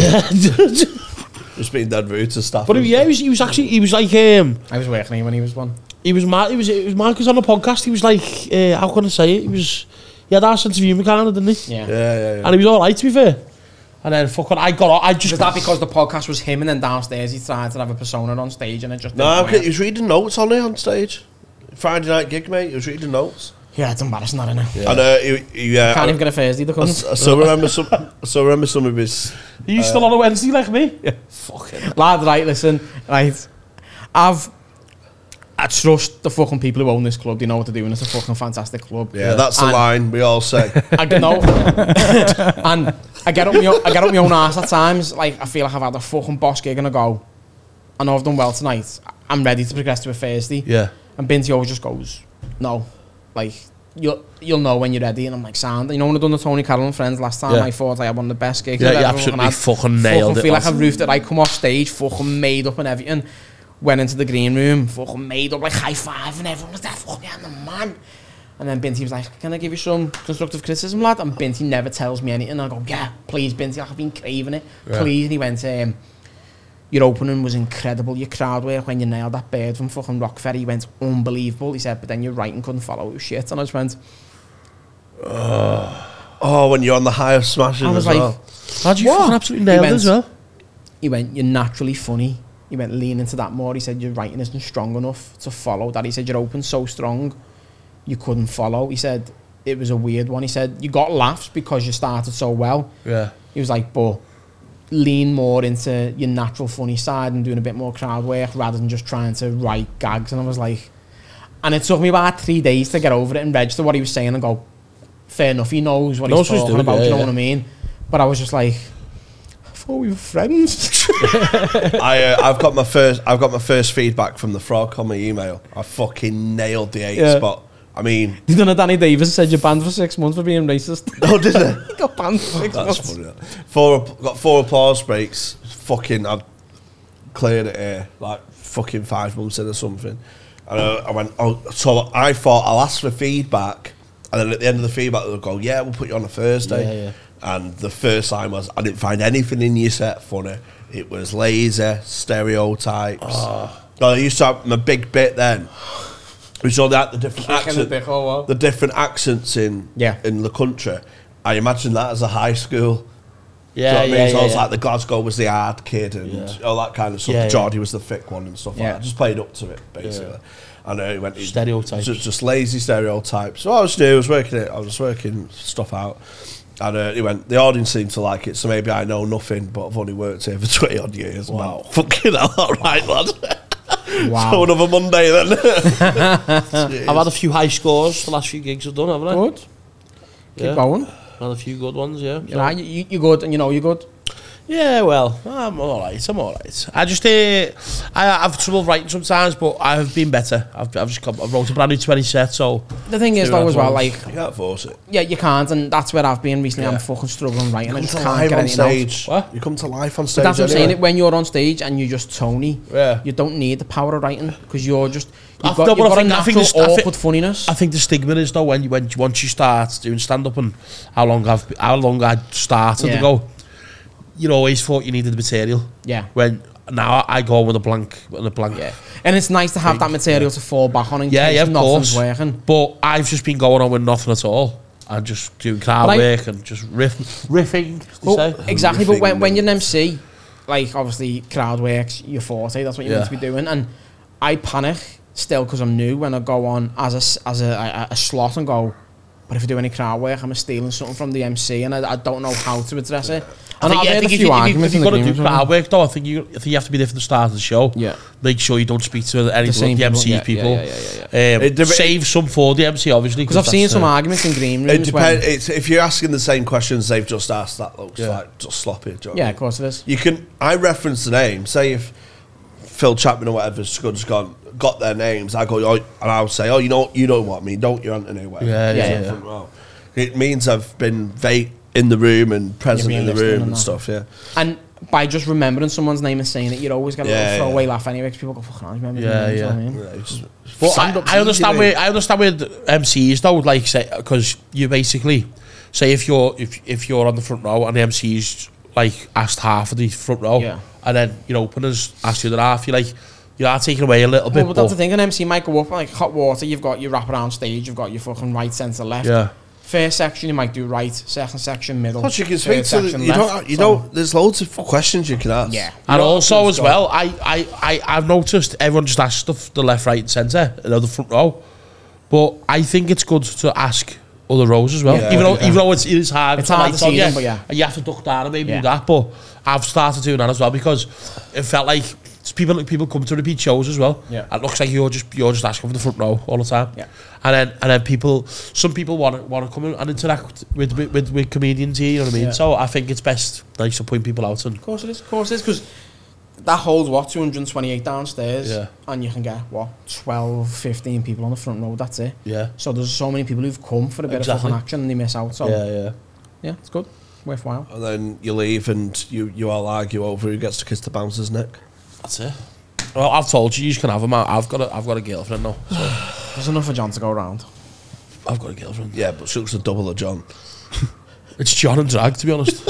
S2: just being dead rude to staff.
S1: But
S2: as
S1: yeah, he was, he was actually he was like um
S3: I was working here when he was one.
S1: he was mad he was it was Marcus on the podcast. He was like uh, how can I say it? He was he had our sense of humour kind of didn't he?
S3: Yeah.
S2: well. Yeah, yeah, yeah.
S1: And he was all right to be fair. And then fucking I got I just
S3: Was that because the podcast was him and then downstairs he tried to have a persona on stage and it just
S2: No,
S3: didn't
S2: okay,
S3: work?
S2: he was reading notes on it on stage. Friday night gig, mate. He was reading notes.
S3: Yeah, it's embarrassing, I don't know.
S2: And uh, he, he, uh,
S3: Can't even get a Thursday, the
S2: I, I
S3: cunt.
S2: still remember some. I still remember some of his.
S1: Are you still on a Wednesday like me? Yeah. Fucking
S3: Lad, right, listen, right. I've I trust the fucking people who own this club. They know what they're doing. It's a fucking fantastic club.
S2: Yeah, that's the
S3: And
S2: line we all say.
S3: I get no, and I get up my own, I get up my own ass at times. Like I feel like I've had a fucking boss gig and I go, I know I've done well tonight. I'm ready to progress to a Thursday.
S1: Yeah.
S3: And Binti always just goes, no. Like, you'll, you'll know when you're ready. And I'm like, sound. You know when I done the Tony Carroll and Friends last time?
S1: Yeah.
S3: I thought I had one of the best gigs
S1: Yeah,
S3: I've
S1: you
S3: ever
S1: absolutely
S3: had.
S1: fucking nailed
S3: fucking
S1: it,
S3: feel like
S1: lads.
S3: I've roofed it. I come off stage, fucking made up and everything. Went into the green room, fucking made up, like high five, and everyone was there, fucking, I'm the man. And then Binty was like, can I give you some constructive criticism, lad? And Binty never tells me anything. I go, yeah, please, Binty, I've been craving it. Please. And he went, um, your opening was incredible. Your crowd work when you nailed that bird from fucking Rockferry he went unbelievable. He said, but then your writing couldn't follow it was shit. And I just went,
S2: Oh, when you're on the high of smashing
S3: I was
S2: as
S3: like,
S2: well.
S1: Lad, you
S3: What?
S1: fucking absolutely nailed
S3: He
S1: it
S3: went-
S1: as well.
S3: he went, you're naturally funny. He went, lean into that more. He said, your writing isn't strong enough to follow that. He said, your open so strong, you couldn't follow. He said, it was a weird one. He said, you got laughs because you started so well.
S1: Yeah.
S3: He was like, but lean more into your natural funny side and doing a bit more crowd work rather than just trying to write gags. And I was like, and it took me about three days to get over it and register what he was saying and go, fair enough, he knows what
S1: Knows
S3: he's
S1: what he's
S3: talking
S1: doing,
S3: about,
S1: yeah,
S3: you know
S1: yeah.
S3: what I mean? But I was just like, I thought we were friends.
S2: I, uh, I've got my first. I've got my first feedback from the frog on my email. I fucking nailed the eight
S3: Yeah.
S2: spot. I mean,
S3: you done a Danny Davis said you're banned for six months for being racist.
S2: no, did it?
S3: he got banned for six
S2: That's
S3: months.
S2: funny. that. Four got four applause breaks. Fucking, I cleared it here like fucking five months in or something. And I, I went, oh, so I thought I'll ask for feedback, and then at the end of the feedback they'll go, yeah, we'll put you on a Thursday.
S1: Yeah, yeah.
S2: And the first line was, I didn't find anything in your set funny. It was lazy stereotypes. No, I used to have my big bit then. We saw that the different
S3: Kicking the
S2: accent,
S3: dick, oh, wow.
S2: the different accents in
S3: Yeah.
S2: in the country. I imagine that as a high school.
S1: Yeah,
S2: Do you know what I
S1: yeah,
S2: mean? So
S1: yeah,
S2: I was
S1: yeah.
S2: like, the Glasgow was the hard kid and
S1: Yeah.
S2: all that kind of stuff.
S1: Yeah,
S2: The
S1: yeah.
S2: Geordie was the thick one and stuff
S3: Yeah.
S2: like that. Just played up to it, basically. And uh, he went, he-
S1: Stereotypes.
S2: Just, just lazy stereotypes. So I was new, I was working it, I was working stuff out. And uh, he went, the audience seemed to like it, so maybe I know nothing, but I've only worked here for 20 odd years. Wow. Fucking hell, all right, lad.
S3: Wow.
S2: so another Monday then.
S1: I've had a few high scores the last few gigs I've done, haven't I?
S3: Good. Keep
S1: Yeah.
S3: going.
S1: Had a few good ones, yeah.
S3: You know, you, you- you're good and you know you're good.
S1: Yeah, well, I'm all right. I'm all right. I just, uh, I have trouble writing sometimes, but I have been better. I've, I've just come, I wrote a brand new 20 set, so
S3: The thing is,
S1: Still
S3: though, as well,
S1: have
S3: like,
S2: You can't force it.
S3: yeah, you can't, and that's where I've been recently. I'm fucking struggling writing. I just can't get
S2: on
S3: anything out.
S2: stage.
S1: What?
S2: You come to life on stage.
S3: But that's what I'm saying.
S2: anyway.
S3: It when you're on stage and you're just Tony,
S2: Yeah.
S3: you don't need the power of writing because you're just
S1: I've
S3: you've got,
S1: got
S3: you've
S1: what I
S3: got a
S1: think- I think
S3: natural
S1: the st- I thi-
S3: awkward funniness.
S1: I think the stigma is though when you when once you start doing stand up and how long I've how long I started
S3: Yeah.
S1: ago, you always thought you needed material.
S3: Yeah.
S1: When now I go with a blank with a blank.
S3: yeah, and it's nice to have that material to fall back on in
S1: Yeah,
S3: case
S1: yeah, of
S3: nothing's
S1: course.
S3: working.
S1: But I've just been going on with nothing at all. And just doing crowd
S3: But I-
S1: work and just riff, riffing.
S3: Well,
S1: you say?
S3: exactly, but when,
S2: Everything,
S3: when you're an MC, like obviously crowd works your forte. That's what you're meant
S1: Yeah.
S3: to be doing. And I panic still because I'm new when I go on as a s- as a, a, a slot and go. But if I do any crowd work, I'm stealing something from the MC, and I, I don't know how to address it.
S1: I
S3: And
S1: think,
S3: I've
S1: yeah, I
S3: heard a
S1: think if,
S3: few
S1: you, if, you, if
S3: arguments in
S1: you've got
S3: the
S1: to do
S3: green room.
S1: crowd work though, I think you I think you have to be there from the start of the show.
S3: Yeah.
S1: Make sure you don't speak to any
S3: The same
S1: of the MC
S3: people, yeah,
S1: people.
S3: yeah, yeah, yeah,
S1: Um,
S2: It dep-
S1: save some for the MC, obviously.
S3: Because I've seen
S1: that's,
S3: some
S1: uh,
S3: arguments in green
S2: It
S3: rooms.
S2: depends.
S3: When,
S2: It's, if you're asking the same questions they've just asked, that looks like just sloppy. Do you know what I
S3: yeah,
S2: mean?
S3: of course it is.
S2: You can. I reference the name. Say if Phil Chapman or whatever's just gone got their names. I go oh, and I'll say, oh, you know, you know what I mean, don't you, Anthony? Whatever.
S1: Yeah,
S3: yeah,
S2: Something
S3: yeah.
S2: wrong. It means I've been va- in the room and present
S3: been
S2: in the
S3: listening
S2: room
S3: and
S2: and
S3: that.
S2: stuff. Yeah.
S3: And by just remembering someone's name and saying it, you're always going to
S2: Yeah,
S3: yeah, throw
S2: yeah.
S3: away laugh anyway because people go, fucking, I remember
S1: Yeah,
S3: yeah, names, yeah.
S1: yeah.
S3: I mean?
S2: Yeah, it's-
S1: But
S2: Stand-up's
S1: I, I understand
S2: easy,
S1: where
S2: mate.
S1: I understand with MCs though, like say because you basically say if you're if if you're on the front row and the MCs like asked half of the front row,
S3: Yeah.
S1: and then you know openers asked the other half, you like you are taking away a little bit.
S3: Well, but that's the
S1: but-
S3: thing, an MC might go up like hot water, you've got your wraparound stage, you've got your fucking right, centre, left.
S1: yeah,
S3: First section, you might do right, second section, middle.
S2: Plus, you can
S3: third
S2: speak to the,
S3: section,
S2: you
S3: left,
S2: don't you
S3: so-
S2: don't. There's loads of questions you can ask.
S3: Yeah.
S1: and
S2: You know,
S1: also as
S2: got-
S1: well, I I I i have noticed everyone just asks stuff the left, right, and centre, you know, the front row. But I think it's good to ask other rows as well,
S2: Yeah.
S1: even though
S2: Yeah.
S1: even though it's it is hard.
S3: It's
S1: for
S3: hard to
S1: lights on
S3: see
S1: you,
S3: them, but yeah.
S1: and you have to duck down and maybe
S3: Yeah.
S1: do that. But I've started doing that as well because it felt like it's people people come to repeat shows as well.
S3: Yeah.
S1: And it looks like you're just you're just asking for the front row all the time.
S3: Yeah.
S1: and then and then people some people want to want to come in and interact with with, with, with comedians here. You know what I mean?
S3: Yeah.
S1: So I think it's best like to point people out and
S3: Of course it is, of course it is, because that holds what, 228 downstairs,
S1: Yeah.
S3: and you can get what, 12, 15 people on the front row, that's it.
S1: yeah.
S3: So there's so many people who've come for a bit
S1: Exactly.
S3: of fucking action and they miss out. So
S1: Yeah, yeah.
S3: Yeah, it's good. Worthwhile.
S2: And then you leave, and you you all argue over who gets to kiss the bouncer's neck.
S1: That's it. Well, I've told you, you can have them. I've got a, I've got a girlfriend now.
S3: There's enough for John to go around.
S1: I've got a girlfriend.
S2: Yeah, but she looks a double of John.
S1: It's John and Drag, to be honest.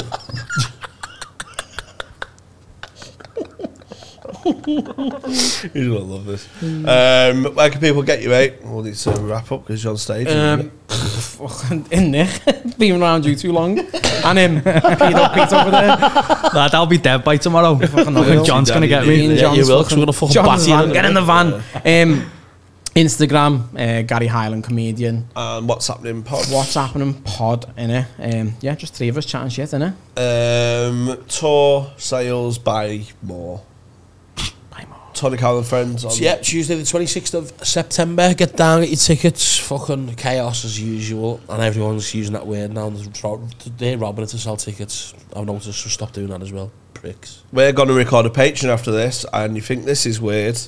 S2: He's gonna love this. Um, where can people get you, mate? We'll need to wrap up because you're on stage.
S3: Um, fucking in there. Being around you too long. And him. Peed up, Pete over there.
S4: Lad, I'll be dead by tomorrow.
S3: will.
S4: John's gonna get me.
S3: Ian
S1: Yeah,
S3: John's
S1: you will, 'cause we're gonna fucking
S3: John's
S1: bat you in
S3: van.
S1: it.
S3: Oh, Get in the van. Um, Instagram, uh, Gary Highland comedian.
S2: and what's happening, pod?
S3: What's happening? Pod in it. Um, yeah, just three of us chatting shit in it.
S2: Um, tour sales by more.
S3: Buy more.
S2: Tony Cowell and friends. On
S1: So, yeah, Tuesday the 26th of September. Get down, get your tickets. Fucking chaos as usual. And everyone's using that word now. They're robbing it to sell tickets. I've noticed, so stop doing that as well. Pricks.
S2: We're going to record a Patreon after this, and you think this is weird.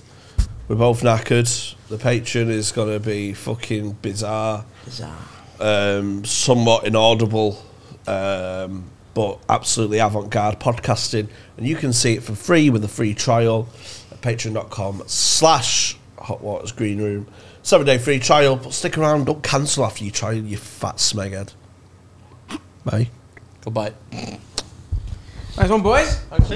S2: We're both knackered. The Patreon is going to be fucking bizarre,
S3: Bizarre.
S2: um, somewhat inaudible, um, but absolutely avant garde podcasting. And you can see it for free with a free trial at patreon.com slash Hot Waters Green Room. Seven day free trial, but stick around. Don't cancel after you try, you fat smeghead. Bye.
S1: Goodbye.
S3: Nice one, boys. Thanks,